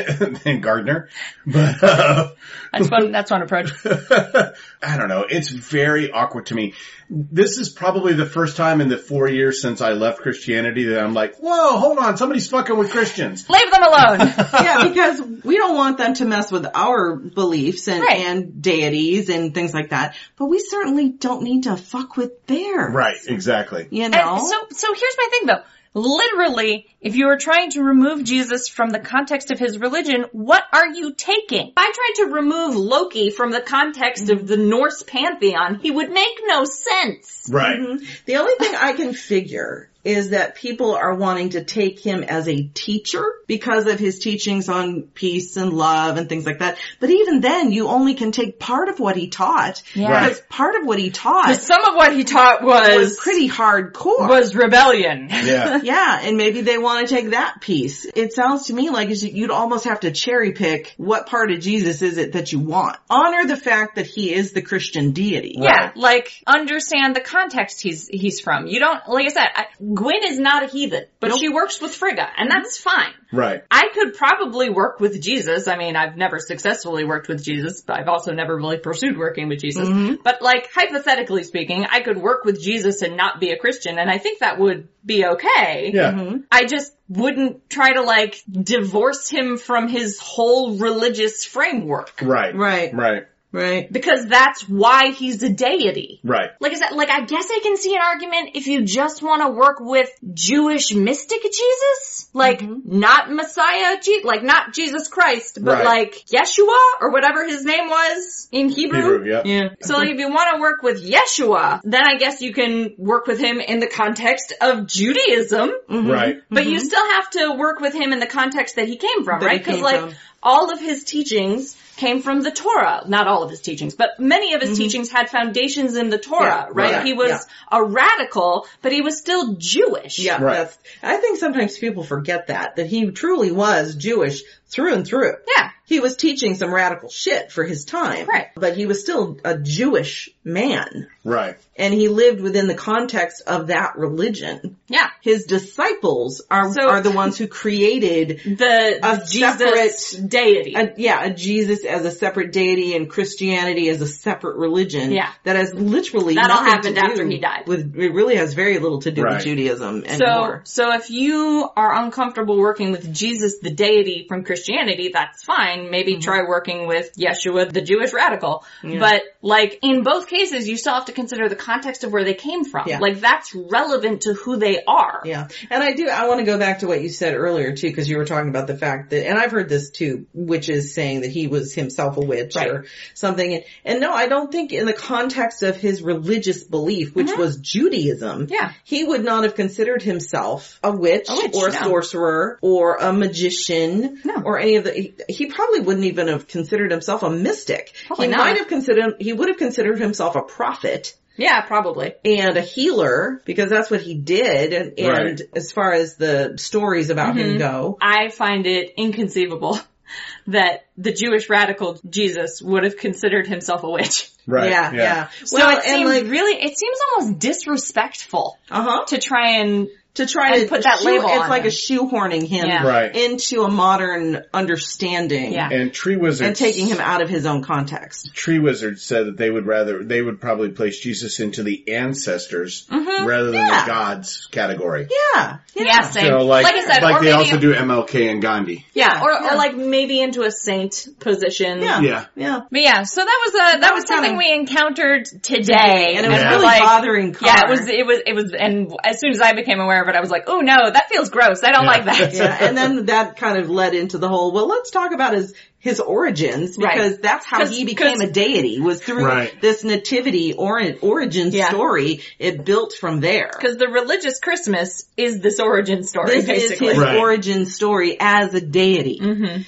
[SPEAKER 4] than Gardner, but. Uh,
[SPEAKER 3] That's one, that's one approach.
[SPEAKER 4] I don't know. It's very awkward to me. This is probably the first time in the four years since I left Christianity that I'm like, whoa, hold on, somebody's fucking with Christians.
[SPEAKER 3] Leave them alone.
[SPEAKER 5] yeah, because we don't want them to mess with our beliefs and,
[SPEAKER 3] Right.
[SPEAKER 5] and deities and things like that. But we certainly don't need to fuck with theirs.
[SPEAKER 4] Right, exactly.
[SPEAKER 5] You
[SPEAKER 3] And
[SPEAKER 5] know?
[SPEAKER 3] so, so here's my thing though. Literally, if you are trying to remove Jesus from the context of his religion, what are you taking? If I tried to remove Loki from the context of the Norse pantheon, he would make no sense.
[SPEAKER 4] Right.
[SPEAKER 5] the only thing I can figure is that people are wanting to take him as a teacher because of his teachings on peace and love and things like that. But even then, you only can take part of what he taught
[SPEAKER 3] Yeah.
[SPEAKER 4] Right.
[SPEAKER 5] because part of what he taught
[SPEAKER 3] Some of what he taught
[SPEAKER 5] was
[SPEAKER 3] was
[SPEAKER 5] pretty hardcore.
[SPEAKER 3] was rebellion.
[SPEAKER 4] Yeah.
[SPEAKER 5] Yeah, and maybe they want to take that piece. It sounds to me like is- you'd almost have to cherry pick what part of Jesus is it that you want. Honor the fact that he is the Christian deity.
[SPEAKER 3] Yeah, like understand the context he's he's from. You don't like I said, I, Gwyn is not a heathen, but she works with Frigga, and that's fine.
[SPEAKER 4] Right.
[SPEAKER 3] I could probably work with Jesus. I mean, I've never successfully worked with Jesus, but I've also never really pursued working with Jesus. But like, hypothetically speaking, I could work with Jesus and not be a Christian, and I think that would be okay.
[SPEAKER 4] Yeah.
[SPEAKER 5] Mm-hmm.
[SPEAKER 3] I just wouldn't try to like divorce him from his whole religious framework.
[SPEAKER 4] Right.
[SPEAKER 5] Right,
[SPEAKER 4] Right.
[SPEAKER 5] right.
[SPEAKER 3] Because that's why he's a deity.
[SPEAKER 4] Right.
[SPEAKER 3] Like I said, like I guess I can see an argument if you just want to work with Jewish mystic Jesus, like not Messiah, Je- like not Jesus Christ, but
[SPEAKER 4] Right.
[SPEAKER 3] like Yeshua or whatever his name was in Hebrew.
[SPEAKER 4] Hebrew, yeah.
[SPEAKER 5] Yeah.
[SPEAKER 3] So like if you want to work with Yeshua, then I guess you can work with him in the context of Judaism,
[SPEAKER 4] Right.
[SPEAKER 3] but you still have to work with him in the context that he came from,
[SPEAKER 5] Mm-hmm. That he
[SPEAKER 3] right? Because
[SPEAKER 5] came
[SPEAKER 3] like
[SPEAKER 5] from.
[SPEAKER 3] all of his teachings came from the Torah. Not all of his teachings, but many of his teachings had foundations in the Torah,
[SPEAKER 5] Mm-hmm. Yeah,
[SPEAKER 3] right?
[SPEAKER 4] right,
[SPEAKER 3] He was
[SPEAKER 5] yeah.
[SPEAKER 3] a radical, but he was still Jewish.
[SPEAKER 5] Yeah,
[SPEAKER 4] Right.
[SPEAKER 5] that's, I think sometimes people forget that, that he truly was Jewish through and through.
[SPEAKER 3] Yeah.
[SPEAKER 5] He was teaching some radical shit for his time.
[SPEAKER 3] Right.
[SPEAKER 5] But he was still a Jewish man.
[SPEAKER 4] Right.
[SPEAKER 5] And he lived within the context of that religion.
[SPEAKER 3] Yeah.
[SPEAKER 5] His disciples are,
[SPEAKER 3] So-
[SPEAKER 5] are the ones who created
[SPEAKER 3] The
[SPEAKER 5] A
[SPEAKER 3] Jesus
[SPEAKER 5] separate-
[SPEAKER 3] deity.
[SPEAKER 5] a, yeah, a Jesus as a separate deity and Christianity as a separate religion.
[SPEAKER 3] Yeah.
[SPEAKER 5] That has literally
[SPEAKER 3] That all
[SPEAKER 5] nothing
[SPEAKER 3] happened
[SPEAKER 5] to do
[SPEAKER 3] after he died.
[SPEAKER 5] With, it really has very little to do
[SPEAKER 4] Right.
[SPEAKER 5] with Judaism
[SPEAKER 3] so,
[SPEAKER 5] anymore.
[SPEAKER 3] so if you are uncomfortable working with Jesus, the deity from Christianity, that's fine. Maybe
[SPEAKER 5] Mm-hmm.
[SPEAKER 3] try working with Yeshua, the Jewish radical. But like in both cases, you still have to consider the context of where they came from.
[SPEAKER 5] Yeah.
[SPEAKER 3] Like that's relevant to who they are.
[SPEAKER 5] yeah. And I do, I want to go back to what you said earlier too, because you were talking about the fact that, and I've heard this too, which is saying that he was himself a witch
[SPEAKER 3] Right.
[SPEAKER 5] or something. And, and no, I don't think in the context of his religious belief, which was Judaism,
[SPEAKER 3] Mm-hmm. Yeah.
[SPEAKER 5] he would not have considered himself a witch,
[SPEAKER 3] A witch,
[SPEAKER 5] or a
[SPEAKER 3] no.
[SPEAKER 5] sorcerer or a magician
[SPEAKER 3] No.
[SPEAKER 5] or any of the, he, he probably wouldn't even have considered himself a mystic.
[SPEAKER 3] Probably
[SPEAKER 5] he
[SPEAKER 3] not.
[SPEAKER 5] might have considered, he would have considered himself a prophet
[SPEAKER 3] Yeah, probably.
[SPEAKER 5] and a healer because that's what he did. And, and as far as the stories about
[SPEAKER 6] Mm-hmm.
[SPEAKER 5] him go,
[SPEAKER 3] I find it inconceivable that the Jewish radical Jesus would have considered himself a witch.
[SPEAKER 4] Right.
[SPEAKER 5] yeah, yeah.
[SPEAKER 3] so it seems really, it seems almost disrespectful
[SPEAKER 5] uh huh.
[SPEAKER 3] to try and
[SPEAKER 5] to try
[SPEAKER 6] And
[SPEAKER 5] to
[SPEAKER 6] put that
[SPEAKER 5] shoe-
[SPEAKER 6] label
[SPEAKER 5] It's
[SPEAKER 6] on
[SPEAKER 5] like
[SPEAKER 6] it.
[SPEAKER 5] a shoehorning him
[SPEAKER 6] Yeah.
[SPEAKER 4] Right.
[SPEAKER 5] into a modern understanding
[SPEAKER 6] Yeah.
[SPEAKER 4] And Tree Wizard
[SPEAKER 5] and taking him out of his own context.
[SPEAKER 4] Tree Wizard said that they would rather they would probably place Jesus into the ancestors rather than
[SPEAKER 5] Yeah.
[SPEAKER 4] the gods category.
[SPEAKER 5] Yeah. Yeah.
[SPEAKER 6] Yeah, same.
[SPEAKER 4] So like,
[SPEAKER 6] Like I said, or
[SPEAKER 4] they
[SPEAKER 6] maybe-
[SPEAKER 4] also do MLK and Gandhi.
[SPEAKER 6] Yeah, or,
[SPEAKER 5] Yeah.
[SPEAKER 6] or like maybe into a saint position.
[SPEAKER 5] Yeah.
[SPEAKER 4] Yeah.
[SPEAKER 5] Yeah.
[SPEAKER 3] But yeah, so that was a that,
[SPEAKER 5] That
[SPEAKER 3] was,
[SPEAKER 5] was
[SPEAKER 3] something
[SPEAKER 5] kinda-
[SPEAKER 3] we encountered today,
[SPEAKER 5] And it was
[SPEAKER 4] Yeah.
[SPEAKER 3] we're
[SPEAKER 5] really
[SPEAKER 3] like,
[SPEAKER 5] bothering Carr.
[SPEAKER 3] Yeah, it was it was it was, and as soon as I became aware of it, I was like, oh no, that feels gross. I don't
[SPEAKER 4] Yeah.
[SPEAKER 3] like that.
[SPEAKER 5] yeah, and then that kind of led into the whole, well, let's talk about his, his origins
[SPEAKER 6] Right.
[SPEAKER 5] because that's how
[SPEAKER 6] 'Cause-
[SPEAKER 5] he became
[SPEAKER 6] 'cause-
[SPEAKER 5] a deity was through
[SPEAKER 4] Right.
[SPEAKER 5] this nativity or origin
[SPEAKER 6] Yeah.
[SPEAKER 5] story. It built from there.
[SPEAKER 6] Because the religious Christmas is this origin story,
[SPEAKER 5] This
[SPEAKER 6] basically. Mm-hmm.
[SPEAKER 5] is his
[SPEAKER 4] Right.
[SPEAKER 5] origin story as a deity.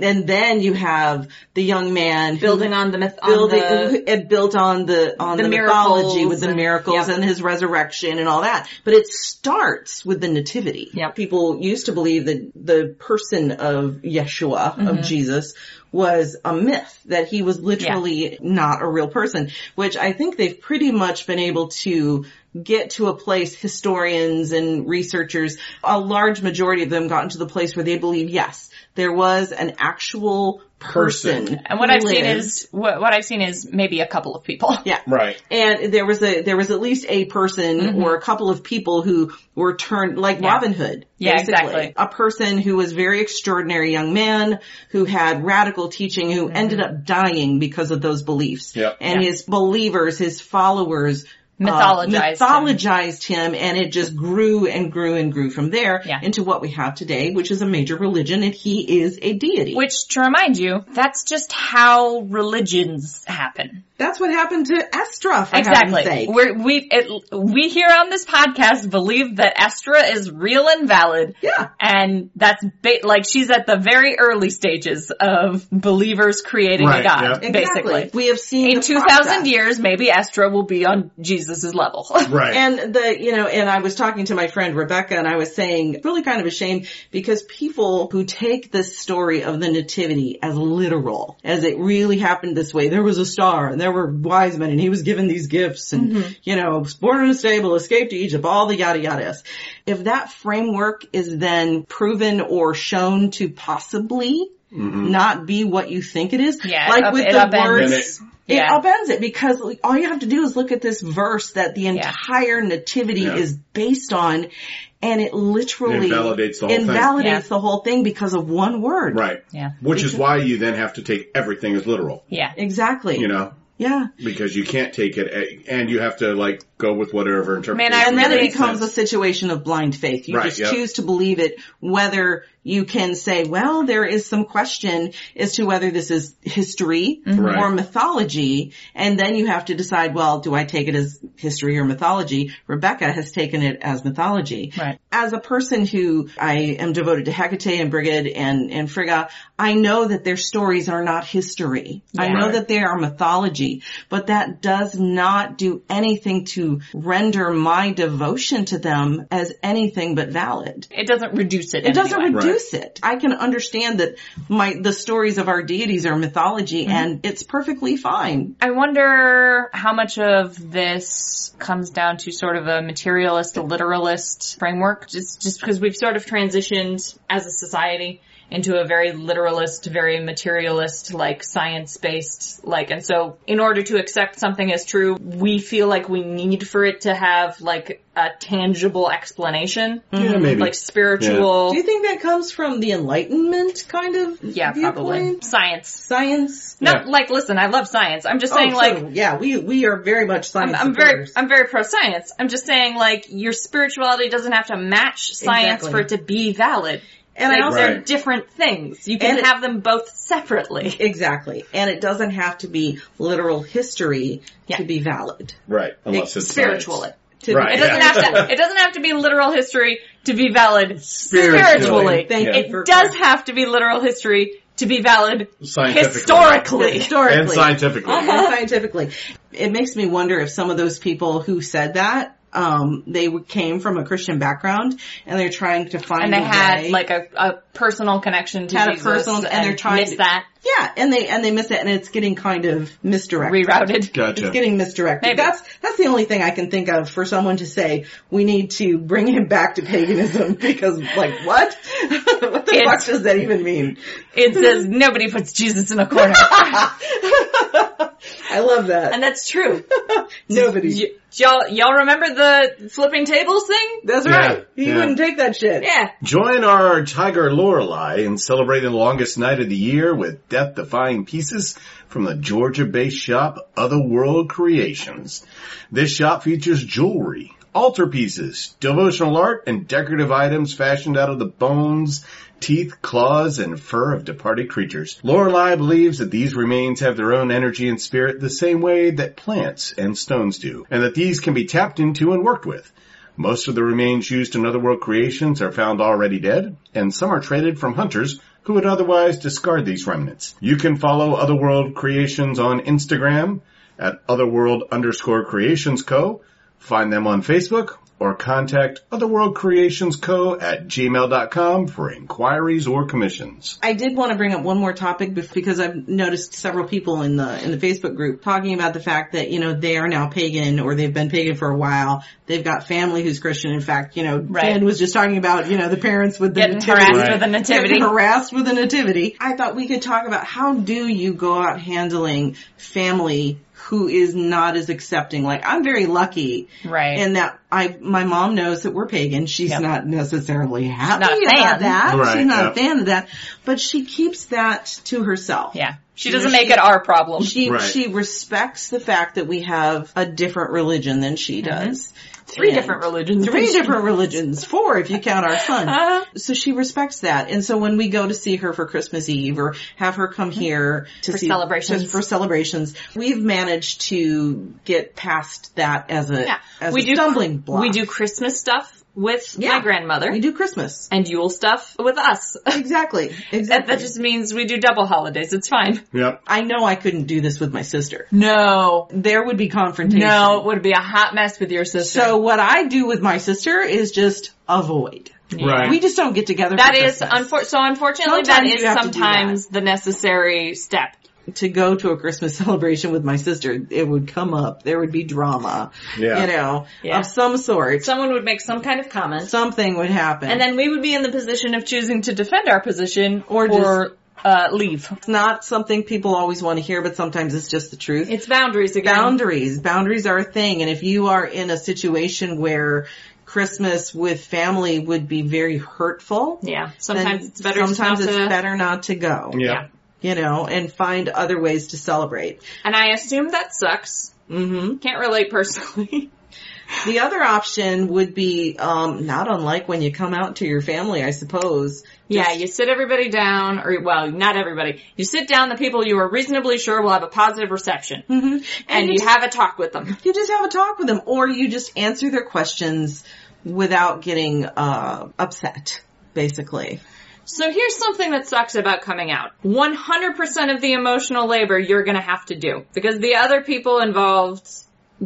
[SPEAKER 5] And then you have the young man who-
[SPEAKER 6] Building on the myth, on
[SPEAKER 5] building
[SPEAKER 6] the,
[SPEAKER 5] it built on the on
[SPEAKER 6] The
[SPEAKER 5] the,
[SPEAKER 6] miracles
[SPEAKER 5] mythology with the
[SPEAKER 6] and-
[SPEAKER 5] miracles
[SPEAKER 6] yeah.
[SPEAKER 5] and his resurrection and all that. But it starts with the nativity.
[SPEAKER 6] Yep.
[SPEAKER 5] People used to believe that the person of Yeshua of Jesus was a myth that he was literally not a real person, which I think they've pretty much been able to get to a place historians and researchers a large majority of them gotten to the place where they believe yes there was an actual
[SPEAKER 4] Person.
[SPEAKER 5] person,
[SPEAKER 3] And what
[SPEAKER 5] who
[SPEAKER 3] I've seen
[SPEAKER 5] lived.
[SPEAKER 3] is what, what I've seen is maybe a couple of people.
[SPEAKER 5] yeah
[SPEAKER 4] Right.
[SPEAKER 5] and there was a there was at least a person or a couple of people who were turned like Robin Hood.
[SPEAKER 3] Mm-hmm. Yeah,
[SPEAKER 5] basically.
[SPEAKER 3] exactly.
[SPEAKER 5] A person who was a very extraordinary young man who had radical teaching who
[SPEAKER 3] Mm-hmm.
[SPEAKER 5] ended up dying because of those beliefs.
[SPEAKER 4] Yep.
[SPEAKER 5] And his believers, his followers uh,
[SPEAKER 3] Mythologized him.
[SPEAKER 5] mythologized him. and it just grew and grew and grew from there
[SPEAKER 3] Yeah.
[SPEAKER 5] into what we have today, which is a major religion and he is a deity.
[SPEAKER 3] Which, to remind you, that's just how religions happen.
[SPEAKER 5] That's what happened to Estra for heaven's
[SPEAKER 3] Exactly.
[SPEAKER 5] sake.
[SPEAKER 3] We're, we it, we here on this podcast believe that Estra is real and valid.
[SPEAKER 5] Yeah.
[SPEAKER 3] And that's ba- like she's at the very early stages of believers creating
[SPEAKER 4] Right,
[SPEAKER 3] a god,
[SPEAKER 4] yeah.
[SPEAKER 3] basically.
[SPEAKER 5] We have seen
[SPEAKER 3] In
[SPEAKER 5] the
[SPEAKER 3] 2000
[SPEAKER 5] process.
[SPEAKER 3] years, maybe Estra will be on Jesus' level.
[SPEAKER 4] Right.
[SPEAKER 5] And the, you know, and I was talking to my friend Rebecca and I was saying, really kind of ashamed because people who take this story of the nativity as literal, as it really happened this way, there was a star and there were wise men and he was given these gifts and,
[SPEAKER 3] Mm-hmm.
[SPEAKER 5] you know, was born in a stable, escaped to Egypt, all the yada yadas. If that framework is then proven or shown to possibly not be what you think it is,
[SPEAKER 3] Mm-hmm. yeah.
[SPEAKER 5] like
[SPEAKER 3] up-
[SPEAKER 5] with
[SPEAKER 3] it
[SPEAKER 5] the
[SPEAKER 3] upends-
[SPEAKER 5] words,
[SPEAKER 4] And it-
[SPEAKER 3] yeah.
[SPEAKER 5] it upends it because like, all you have to do is look at this verse that the entire nativity
[SPEAKER 4] Yeah.
[SPEAKER 5] is based on and it literally
[SPEAKER 4] Invalidates the whole thing.
[SPEAKER 5] invalidates
[SPEAKER 3] Yeah.
[SPEAKER 5] the whole thing because of one word.
[SPEAKER 4] Right.
[SPEAKER 3] Yeah.
[SPEAKER 4] Which is why you then have to take everything as literal,
[SPEAKER 3] yeah.
[SPEAKER 5] Exactly.
[SPEAKER 4] you know,
[SPEAKER 5] Yeah.
[SPEAKER 4] because you can't take it eh, and you have to like go with whatever interpretation.
[SPEAKER 3] I
[SPEAKER 5] And then it
[SPEAKER 3] Really
[SPEAKER 4] makes
[SPEAKER 5] becomes a
[SPEAKER 4] sense.
[SPEAKER 5] situation of blind faith. You
[SPEAKER 4] Right,
[SPEAKER 5] just
[SPEAKER 4] yep.
[SPEAKER 5] choose to believe it whether you can say, well, there is some question as to whether this is history
[SPEAKER 3] Mm-hmm.
[SPEAKER 4] Right.
[SPEAKER 5] or mythology. And then you have to decide, well, do I take it as history or mythology? Rebecca has taken it as mythology.
[SPEAKER 3] Right.
[SPEAKER 5] as a person who I am devoted to Hecate and Brigid and, and Frigga, I know that their stories are not history. I
[SPEAKER 3] Yeah.
[SPEAKER 5] know
[SPEAKER 4] Right.
[SPEAKER 5] that they are mythology, but that does not do anything to render my devotion to them as anything but valid.
[SPEAKER 3] It doesn't reduce it.
[SPEAKER 5] It doesn't
[SPEAKER 3] Anyway.
[SPEAKER 5] reduce it. I can understand that my, the stories of our deities are mythology
[SPEAKER 3] Mm-hmm.
[SPEAKER 5] and it's perfectly fine.
[SPEAKER 3] I wonder how much of this comes down to sort of a materialist, a literalist framework.
[SPEAKER 6] just, just because we've sort of transitioned as a society into a very literalist, very materialist, like science based, like, and so in order to accept something as true, we feel like we need for it to have like a tangible explanation,
[SPEAKER 4] yeah, maybe.
[SPEAKER 6] like spiritual.
[SPEAKER 5] Do you think that comes from the Enlightenment kind of
[SPEAKER 3] Yeah, probably.
[SPEAKER 5] viewpoint?
[SPEAKER 3] Science.
[SPEAKER 5] Science?
[SPEAKER 3] Not
[SPEAKER 4] Yeah.
[SPEAKER 3] like, listen, I love science. I'm just saying
[SPEAKER 5] Oh,
[SPEAKER 3] like,
[SPEAKER 5] so, yeah, we we are very much science.
[SPEAKER 3] I'm, I'm very,
[SPEAKER 5] supporters.
[SPEAKER 3] I'm very pro science. I'm just saying like, your spirituality doesn't have to match science
[SPEAKER 5] Exactly.
[SPEAKER 3] for it to be valid.
[SPEAKER 5] and I
[SPEAKER 3] Like,
[SPEAKER 5] also
[SPEAKER 4] Right.
[SPEAKER 3] they're different things. You can
[SPEAKER 5] And it-
[SPEAKER 3] have them both separately.
[SPEAKER 5] exactly, and it doesn't have to be literal history to be valid.
[SPEAKER 4] right. Unless it's
[SPEAKER 3] Spiritually.
[SPEAKER 4] science.
[SPEAKER 5] To
[SPEAKER 4] Right.
[SPEAKER 5] Be,
[SPEAKER 3] It doesn't have to. It doesn't have to be literal history to be valid
[SPEAKER 4] Spiritually.
[SPEAKER 3] spiritually.
[SPEAKER 5] Thank
[SPEAKER 4] Yeah.
[SPEAKER 5] you. for
[SPEAKER 3] It does have to be literal history to be valid
[SPEAKER 4] Scientifically.
[SPEAKER 3] historically.
[SPEAKER 5] historically
[SPEAKER 4] And scientifically.
[SPEAKER 5] and scientifically. It makes me wonder if some of those people who said that um, they came from a Christian background and they're trying to find
[SPEAKER 3] and they
[SPEAKER 5] a
[SPEAKER 3] had
[SPEAKER 5] way.
[SPEAKER 3] like a, a personal connection to
[SPEAKER 5] Had a
[SPEAKER 3] Jesus
[SPEAKER 5] personal- and they're trying
[SPEAKER 3] missed
[SPEAKER 5] to-
[SPEAKER 3] that
[SPEAKER 5] yeah, and they and they miss it, and it's getting kind of misdirected.
[SPEAKER 3] rerouted.
[SPEAKER 5] It's
[SPEAKER 4] Gotcha.
[SPEAKER 5] getting misdirected.
[SPEAKER 3] Maybe.
[SPEAKER 5] That's that's the only thing I can think of for someone to say we need to bring him back to paganism because like what? what the
[SPEAKER 3] It's-
[SPEAKER 5] fuck does that even mean?
[SPEAKER 3] It says nobody puts Jesus in a corner.
[SPEAKER 5] I love that.
[SPEAKER 6] And that's true.
[SPEAKER 5] Nobody.
[SPEAKER 3] Y- y'all, y'all remember the flipping tables thing?
[SPEAKER 5] that's
[SPEAKER 4] Yeah,
[SPEAKER 5] right. He
[SPEAKER 4] yeah.
[SPEAKER 5] wouldn't take that shit.
[SPEAKER 3] Yeah.
[SPEAKER 4] Join our Tiger Lorelei in celebrating the longest night of the year with death-defying pieces from the Georgia-based shop Otherworld Creations. This shop features jewelry, altar pieces, devotional art, and decorative items fashioned out of the bones, teeth, claws, and fur of departed creatures. Lorelei believes that these remains have their own energy and spirit the same way that plants and stones do, and that these can be tapped into and worked with. Most of the remains used in Otherworld creations are found already dead, and some are traded from hunters who would otherwise discard these remnants. You can follow Otherworld Creations on Instagram at Otherworld underscore Creations Co. Find them on Facebook or contact Otherworld Creations Co. at gmail.com for inquiries or commissions.
[SPEAKER 5] I did want to bring up one more topic bef- because I've noticed several people in the in the Facebook group talking about the fact that you know they are now pagan or they've been pagan for a while. They've got family who's Christian. In fact, you know,
[SPEAKER 3] Right.
[SPEAKER 5] Ben was just talking about you know the parents with the
[SPEAKER 3] Getting
[SPEAKER 5] nativity.
[SPEAKER 4] Right.
[SPEAKER 3] harassed with a nativity.
[SPEAKER 5] Getting harassed with a nativity. I thought we could talk about how do you go out handling family who is not as accepting. Like I'm very lucky
[SPEAKER 3] Right.
[SPEAKER 5] and that I my mom knows that we're pagan. She's
[SPEAKER 3] Yep.
[SPEAKER 5] not necessarily happy
[SPEAKER 3] Not a
[SPEAKER 5] about
[SPEAKER 3] fan.
[SPEAKER 5] that.
[SPEAKER 4] Right,
[SPEAKER 5] She's not
[SPEAKER 4] yep.
[SPEAKER 5] a fan of that, but she keeps that to herself.
[SPEAKER 3] yeah. She
[SPEAKER 5] You know,
[SPEAKER 3] doesn't make it our problem.
[SPEAKER 5] She
[SPEAKER 4] Right.
[SPEAKER 5] she respects the fact that we have a different religion than she
[SPEAKER 3] Mm-hmm.
[SPEAKER 5] does.
[SPEAKER 6] Three
[SPEAKER 5] And-
[SPEAKER 6] different religions.
[SPEAKER 5] Three different religions. Four if you count our son.
[SPEAKER 3] Uh-huh.
[SPEAKER 5] So she respects that. And so when we go to see her for Christmas Eve or have her come here to
[SPEAKER 3] Mm-hmm. For
[SPEAKER 5] see
[SPEAKER 3] celebrations.
[SPEAKER 5] to- for celebrations, we've managed to get past that as a
[SPEAKER 3] Yeah.
[SPEAKER 5] as
[SPEAKER 3] We
[SPEAKER 5] a
[SPEAKER 3] do-
[SPEAKER 5] stumbling block.
[SPEAKER 3] we do Christmas stuff with
[SPEAKER 5] Yeah.
[SPEAKER 3] my grandmother
[SPEAKER 5] we do Christmas.
[SPEAKER 3] and Yule stuff with us.
[SPEAKER 5] Exactly.
[SPEAKER 3] that,
[SPEAKER 5] Exactly.
[SPEAKER 3] that just means we do double holidays. It's fine.
[SPEAKER 4] Yep.
[SPEAKER 5] I know I couldn't do this with my sister.
[SPEAKER 3] No.
[SPEAKER 5] There would be confrontation.
[SPEAKER 3] No, it would be a hot mess with your sister.
[SPEAKER 5] So what I do with my sister is just avoid.
[SPEAKER 4] Right.
[SPEAKER 5] We just don't get together.
[SPEAKER 3] That
[SPEAKER 5] for
[SPEAKER 3] is
[SPEAKER 5] Christmas.
[SPEAKER 3] unfor- so unfortunately
[SPEAKER 5] Sometimes
[SPEAKER 3] that is
[SPEAKER 5] you have to do
[SPEAKER 3] sometimes the necessary step.
[SPEAKER 5] to go to a Christmas celebration with my sister, it would come up. There would be drama,
[SPEAKER 4] Yeah.
[SPEAKER 5] you know,
[SPEAKER 3] Yeah.
[SPEAKER 5] of some sort.
[SPEAKER 3] Someone would make some kind of comment
[SPEAKER 5] Something would happen.
[SPEAKER 3] and then we would be in the position of choosing to defend our position
[SPEAKER 5] Or
[SPEAKER 3] or,
[SPEAKER 5] just-
[SPEAKER 3] uh, leave.
[SPEAKER 5] it's not something people always want to hear, but sometimes it's just the truth.
[SPEAKER 3] It's boundaries again.
[SPEAKER 5] boundaries. Boundaries are a thing. And if you are in a situation where Christmas with family would be very hurtful,
[SPEAKER 3] yeah.
[SPEAKER 5] then
[SPEAKER 3] Sometimes it's better just
[SPEAKER 5] sometimes
[SPEAKER 3] not
[SPEAKER 5] it's
[SPEAKER 3] to-
[SPEAKER 5] better not to go,
[SPEAKER 4] Yeah.
[SPEAKER 5] you know, and find other ways to celebrate.
[SPEAKER 3] And I assume that sucks.
[SPEAKER 5] hmm
[SPEAKER 3] Can't relate personally.
[SPEAKER 5] The other option would be um, not unlike when you come out to your family, I suppose.
[SPEAKER 3] yeah,
[SPEAKER 5] Just-
[SPEAKER 3] you sit everybody down, or well, not everybody. You sit down the people you are reasonably sure will have a positive reception,
[SPEAKER 5] Mhm.
[SPEAKER 3] Mm-hmm. and
[SPEAKER 5] you
[SPEAKER 3] you have a talk with them.
[SPEAKER 5] you just have a talk with them, or you just answer their questions without getting uh, upset, basically.
[SPEAKER 3] So here's something that sucks about coming out. 100% of the emotional labor you're gonna have to do. Because the other people involved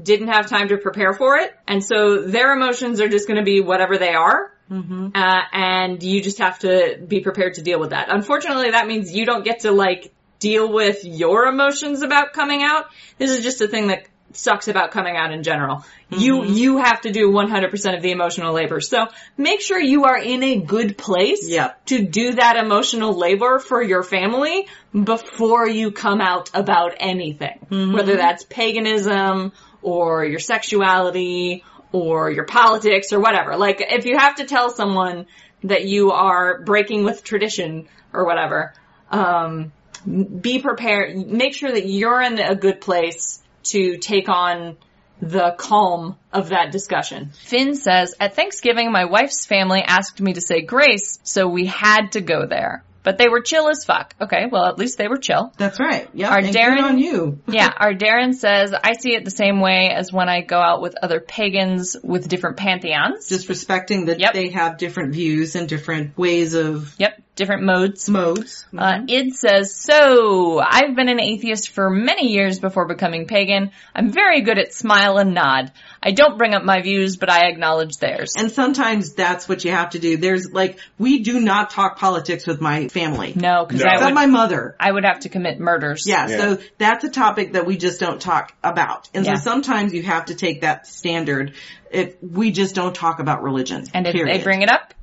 [SPEAKER 3] didn't have time to prepare for it, and so their emotions are just gonna be whatever they are. Uh, and you just have to be prepared to deal with that. Unfortunately, that means you don't get to like deal with your emotions about coming out. This is just a thing that sucks about coming out in general. You you have to do 100% of the emotional labor. So make sure you are in a good place
[SPEAKER 5] Yep.
[SPEAKER 3] to do that emotional labor for your family before you come out about anything. Whether that's paganism or your sexuality or your politics or whatever. Like if you have to tell someone that you are breaking with tradition or whatever, um, be prepared. Make sure that you're in a good place to take on the calm of that discussion. Finn says, at Thanksgiving, my wife's family asked me to say grace, so we had to go there. But they were chill as fuck. Okay, well, at least they were chill.
[SPEAKER 5] That's right. Yeah,
[SPEAKER 3] Our
[SPEAKER 5] and good
[SPEAKER 3] Darren-
[SPEAKER 5] on you.
[SPEAKER 3] Yeah, our Darren says, I see it the same way as when I go out with other pagans with different pantheons.
[SPEAKER 5] Just respecting that
[SPEAKER 3] Yep.
[SPEAKER 5] they have different views and different ways of
[SPEAKER 3] Yep, different modes.
[SPEAKER 5] modes.
[SPEAKER 3] Uh, Id says, so, I've been an atheist for many years before becoming pagan. I'm very good at smile and nod. I don't bring up my views, but I acknowledge theirs.
[SPEAKER 5] And sometimes that's what you have to do. There's like, we do not talk politics with my family.
[SPEAKER 3] no, because
[SPEAKER 4] No.
[SPEAKER 3] I,
[SPEAKER 5] Except
[SPEAKER 3] would,
[SPEAKER 5] my mother.
[SPEAKER 3] I would have to commit murders.
[SPEAKER 5] Yeah,
[SPEAKER 4] Yeah.
[SPEAKER 5] so that's a topic that we just don't talk about. And
[SPEAKER 3] Yeah.
[SPEAKER 5] so sometimes you have to take that standard. If we just don't talk about religion.
[SPEAKER 3] And if
[SPEAKER 5] period.
[SPEAKER 3] they bring it up,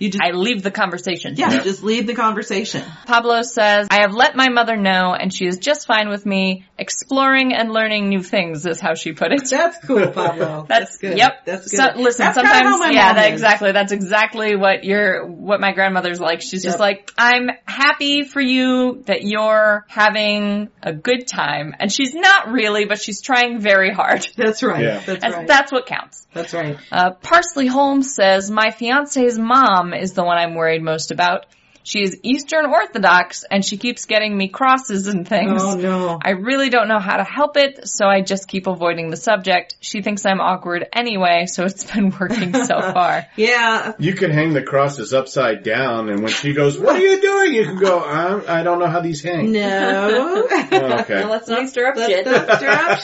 [SPEAKER 5] you just,
[SPEAKER 3] I leave the conversation.
[SPEAKER 5] yeah, just leave the conversation.
[SPEAKER 3] Pablo says, I have let my mother know and she is just fine with me. Exploring and learning new things is how she put it.
[SPEAKER 5] That's cool, Pablo.
[SPEAKER 3] That's, Yep.
[SPEAKER 5] That's good.
[SPEAKER 3] So, listen,
[SPEAKER 5] That's kinda how my
[SPEAKER 3] sometimes, yeah,
[SPEAKER 5] mom
[SPEAKER 3] that,
[SPEAKER 5] is.
[SPEAKER 3] exactly. That's exactly what your, what my grandmother's like. She's just
[SPEAKER 5] Yep.
[SPEAKER 3] like, I'm happy for you that you're having a good time. And she's not really, but she's trying very hard.
[SPEAKER 5] That's right.
[SPEAKER 4] Yeah.
[SPEAKER 5] That's
[SPEAKER 3] That's,
[SPEAKER 5] right.
[SPEAKER 3] that's what counts.
[SPEAKER 5] that's right.
[SPEAKER 3] Uh, Parsley Holmes says, my fiance's mom is the one I'm worried most about. She is Eastern Orthodox and she keeps getting me crosses and things.
[SPEAKER 5] Oh no.
[SPEAKER 3] I really don't know how to help it, so I just keep avoiding the subject. She thinks I'm awkward anyway, so it's been working so far.
[SPEAKER 5] Yeah.
[SPEAKER 4] You can hang the crosses upside down, and when she goes, "What are you doing?" You can go, I'm, "I don't know how these hang."
[SPEAKER 5] No.
[SPEAKER 4] Oh, okay.
[SPEAKER 6] Well, let's not stir up
[SPEAKER 5] Let's
[SPEAKER 6] shit.
[SPEAKER 5] not stir up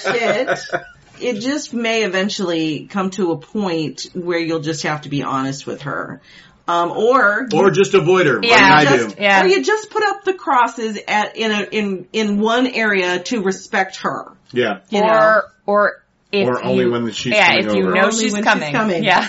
[SPEAKER 5] shit. It just may eventually come to a point where you'll just have to be honest with her. Um, or
[SPEAKER 4] Or just avoid her,
[SPEAKER 3] Yeah,
[SPEAKER 4] like I
[SPEAKER 5] just,
[SPEAKER 4] do.
[SPEAKER 3] Yeah.
[SPEAKER 5] or you just put up the crosses at in a, in in one area to respect her.
[SPEAKER 4] Yeah.
[SPEAKER 5] You know,
[SPEAKER 3] or or if
[SPEAKER 4] Or only
[SPEAKER 3] you,
[SPEAKER 4] when she's
[SPEAKER 3] yeah,
[SPEAKER 4] coming
[SPEAKER 3] if you
[SPEAKER 4] over.
[SPEAKER 3] know
[SPEAKER 5] Only
[SPEAKER 3] she's
[SPEAKER 5] when she's
[SPEAKER 3] coming.
[SPEAKER 5] coming.
[SPEAKER 3] yeah,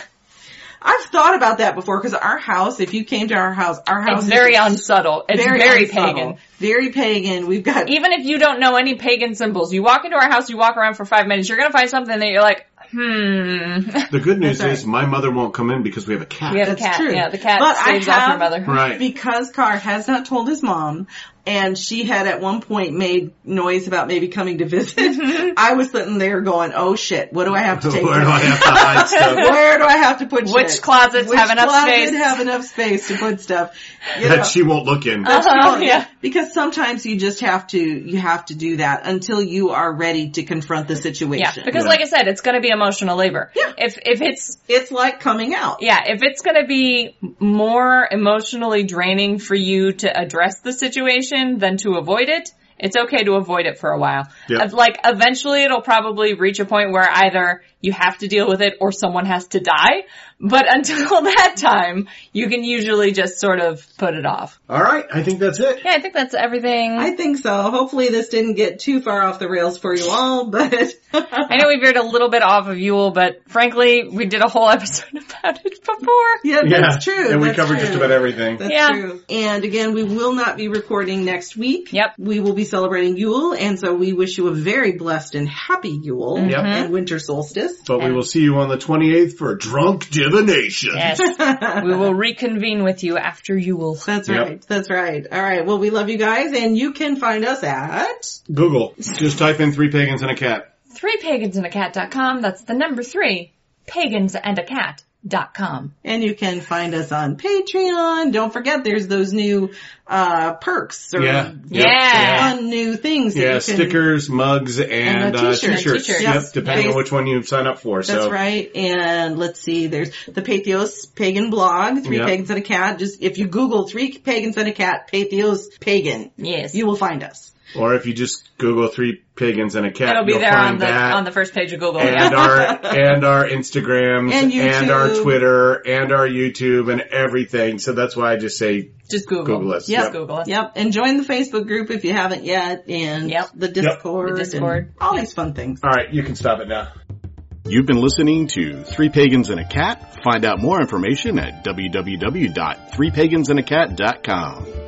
[SPEAKER 5] I've thought about that before because our house, if you came to our house, our house
[SPEAKER 3] it's
[SPEAKER 5] is
[SPEAKER 3] very unsubtle. It's very,
[SPEAKER 5] unsubtle,
[SPEAKER 3] pagan.
[SPEAKER 5] very pagan. We've got
[SPEAKER 3] Even if you don't know any pagan symbols, you walk into our house, you walk around for five minutes, you're gonna find something that you're like, hmm.
[SPEAKER 4] The good news
[SPEAKER 5] That's right.
[SPEAKER 4] is my mother won't come in because we have a cat.
[SPEAKER 3] We have a
[SPEAKER 5] That's
[SPEAKER 3] cat.
[SPEAKER 5] true.
[SPEAKER 3] Yeah, the cat
[SPEAKER 5] But I
[SPEAKER 3] saves off her
[SPEAKER 5] have-
[SPEAKER 3] mother.
[SPEAKER 4] Right.
[SPEAKER 5] because Carr has not told his mom, and she had at one point made noise about maybe coming to
[SPEAKER 3] Mm-hmm.
[SPEAKER 5] visit. I was sitting there going, "Oh shit, what do I have to take?
[SPEAKER 4] Where do I
[SPEAKER 5] with
[SPEAKER 4] have to hide
[SPEAKER 5] me?
[SPEAKER 4] stuff
[SPEAKER 5] Where do I have to put
[SPEAKER 3] Which
[SPEAKER 5] shit?
[SPEAKER 3] closets
[SPEAKER 5] Which
[SPEAKER 3] have enough
[SPEAKER 5] closet
[SPEAKER 3] space?
[SPEAKER 5] Have enough space to put stuff. You know,
[SPEAKER 4] that she won't look in?
[SPEAKER 5] that's
[SPEAKER 3] Uh-huh,
[SPEAKER 5] wrong.
[SPEAKER 3] yeah.
[SPEAKER 5] Because sometimes you just have to you have to do that until you are ready to confront the
[SPEAKER 3] Yeah,
[SPEAKER 5] situation.
[SPEAKER 3] because
[SPEAKER 4] Yeah.
[SPEAKER 3] like I said, it's gonna be emotional labor.
[SPEAKER 5] Yeah.
[SPEAKER 3] If if it's
[SPEAKER 5] it's like coming out.
[SPEAKER 3] yeah, if it's gonna be more emotionally draining for you to address the situation than to avoid it, it's okay to avoid it for a while.
[SPEAKER 4] Yeah.
[SPEAKER 3] Uh, Like eventually it'll probably reach a point where either you have to deal with it or someone has to die. But until that time, you can usually just sort of put it off.
[SPEAKER 4] All right, I think that's it.
[SPEAKER 3] Yeah, I think that's everything.
[SPEAKER 5] I think so. Hopefully this didn't get too far off the rails for you all, but
[SPEAKER 3] I know we veered a little bit off of Yule, but frankly, we did a whole episode about it before.
[SPEAKER 5] Yeah,
[SPEAKER 4] yeah,
[SPEAKER 5] that's true.
[SPEAKER 4] And we
[SPEAKER 5] That's
[SPEAKER 4] covered
[SPEAKER 5] true.
[SPEAKER 4] just about everything.
[SPEAKER 5] That's
[SPEAKER 3] Yeah.
[SPEAKER 5] true. And again, we will not be recording next week.
[SPEAKER 3] Yep.
[SPEAKER 5] We will be celebrating Yule, and so we wish you a very blessed and happy Yule
[SPEAKER 4] Yep.
[SPEAKER 5] and winter solstice.
[SPEAKER 4] But we will see you on the 28th for drunk divination.
[SPEAKER 3] Yes. we will reconvene with you after Yule.
[SPEAKER 5] That's
[SPEAKER 4] Yep.
[SPEAKER 5] right. That's right. All right. Well, we love you guys, and you can find us at
[SPEAKER 4] Google. Just type in three pagans and a cat.
[SPEAKER 3] Three pagans and a cat.com. That's the number three. Pagans and a cat.com.
[SPEAKER 5] and you can find us on Patreon. Don't forget, there's those new uh perks or
[SPEAKER 4] Yeah.
[SPEAKER 3] Yeah.
[SPEAKER 5] fun new things. that
[SPEAKER 4] Yeah,
[SPEAKER 5] you can-
[SPEAKER 4] stickers, mugs, and,
[SPEAKER 5] And a
[SPEAKER 4] uh,
[SPEAKER 5] t-shirt.
[SPEAKER 4] t-shirts.
[SPEAKER 3] T-shirts.
[SPEAKER 4] Yep,
[SPEAKER 5] Yes.
[SPEAKER 4] depending
[SPEAKER 5] Yes.
[SPEAKER 4] on which one you sign up for.
[SPEAKER 5] That's
[SPEAKER 4] so
[SPEAKER 5] right. And let's see, there's the Patheos Pagan blog, Three
[SPEAKER 4] Yep.
[SPEAKER 5] Pagans and a Cat. Just if you Google Three Pagans and a Cat, Patheos Pagan,
[SPEAKER 3] Yes.
[SPEAKER 5] you will find us.
[SPEAKER 4] Or if you just Google three pagans and a cat,
[SPEAKER 3] It'll be
[SPEAKER 4] you'll
[SPEAKER 3] there
[SPEAKER 4] find
[SPEAKER 3] on the,
[SPEAKER 4] that.
[SPEAKER 3] on the first page of Google.
[SPEAKER 4] and our and our Instagrams
[SPEAKER 5] And YouTube.
[SPEAKER 4] our Twitter and our YouTube and everything. So that's why I just say
[SPEAKER 3] Just Google.
[SPEAKER 4] Google us.
[SPEAKER 3] Just
[SPEAKER 5] Yep.
[SPEAKER 3] Google us.
[SPEAKER 5] Yep. And join the Facebook group if you haven't yet and
[SPEAKER 3] Yep.
[SPEAKER 5] the Discord.
[SPEAKER 3] The Discord.
[SPEAKER 5] and All these fun things.
[SPEAKER 4] All right, you can stop it now.
[SPEAKER 7] You've been listening to Three Pagans and a Cat. Find out more information at www.threepagansandacat.com.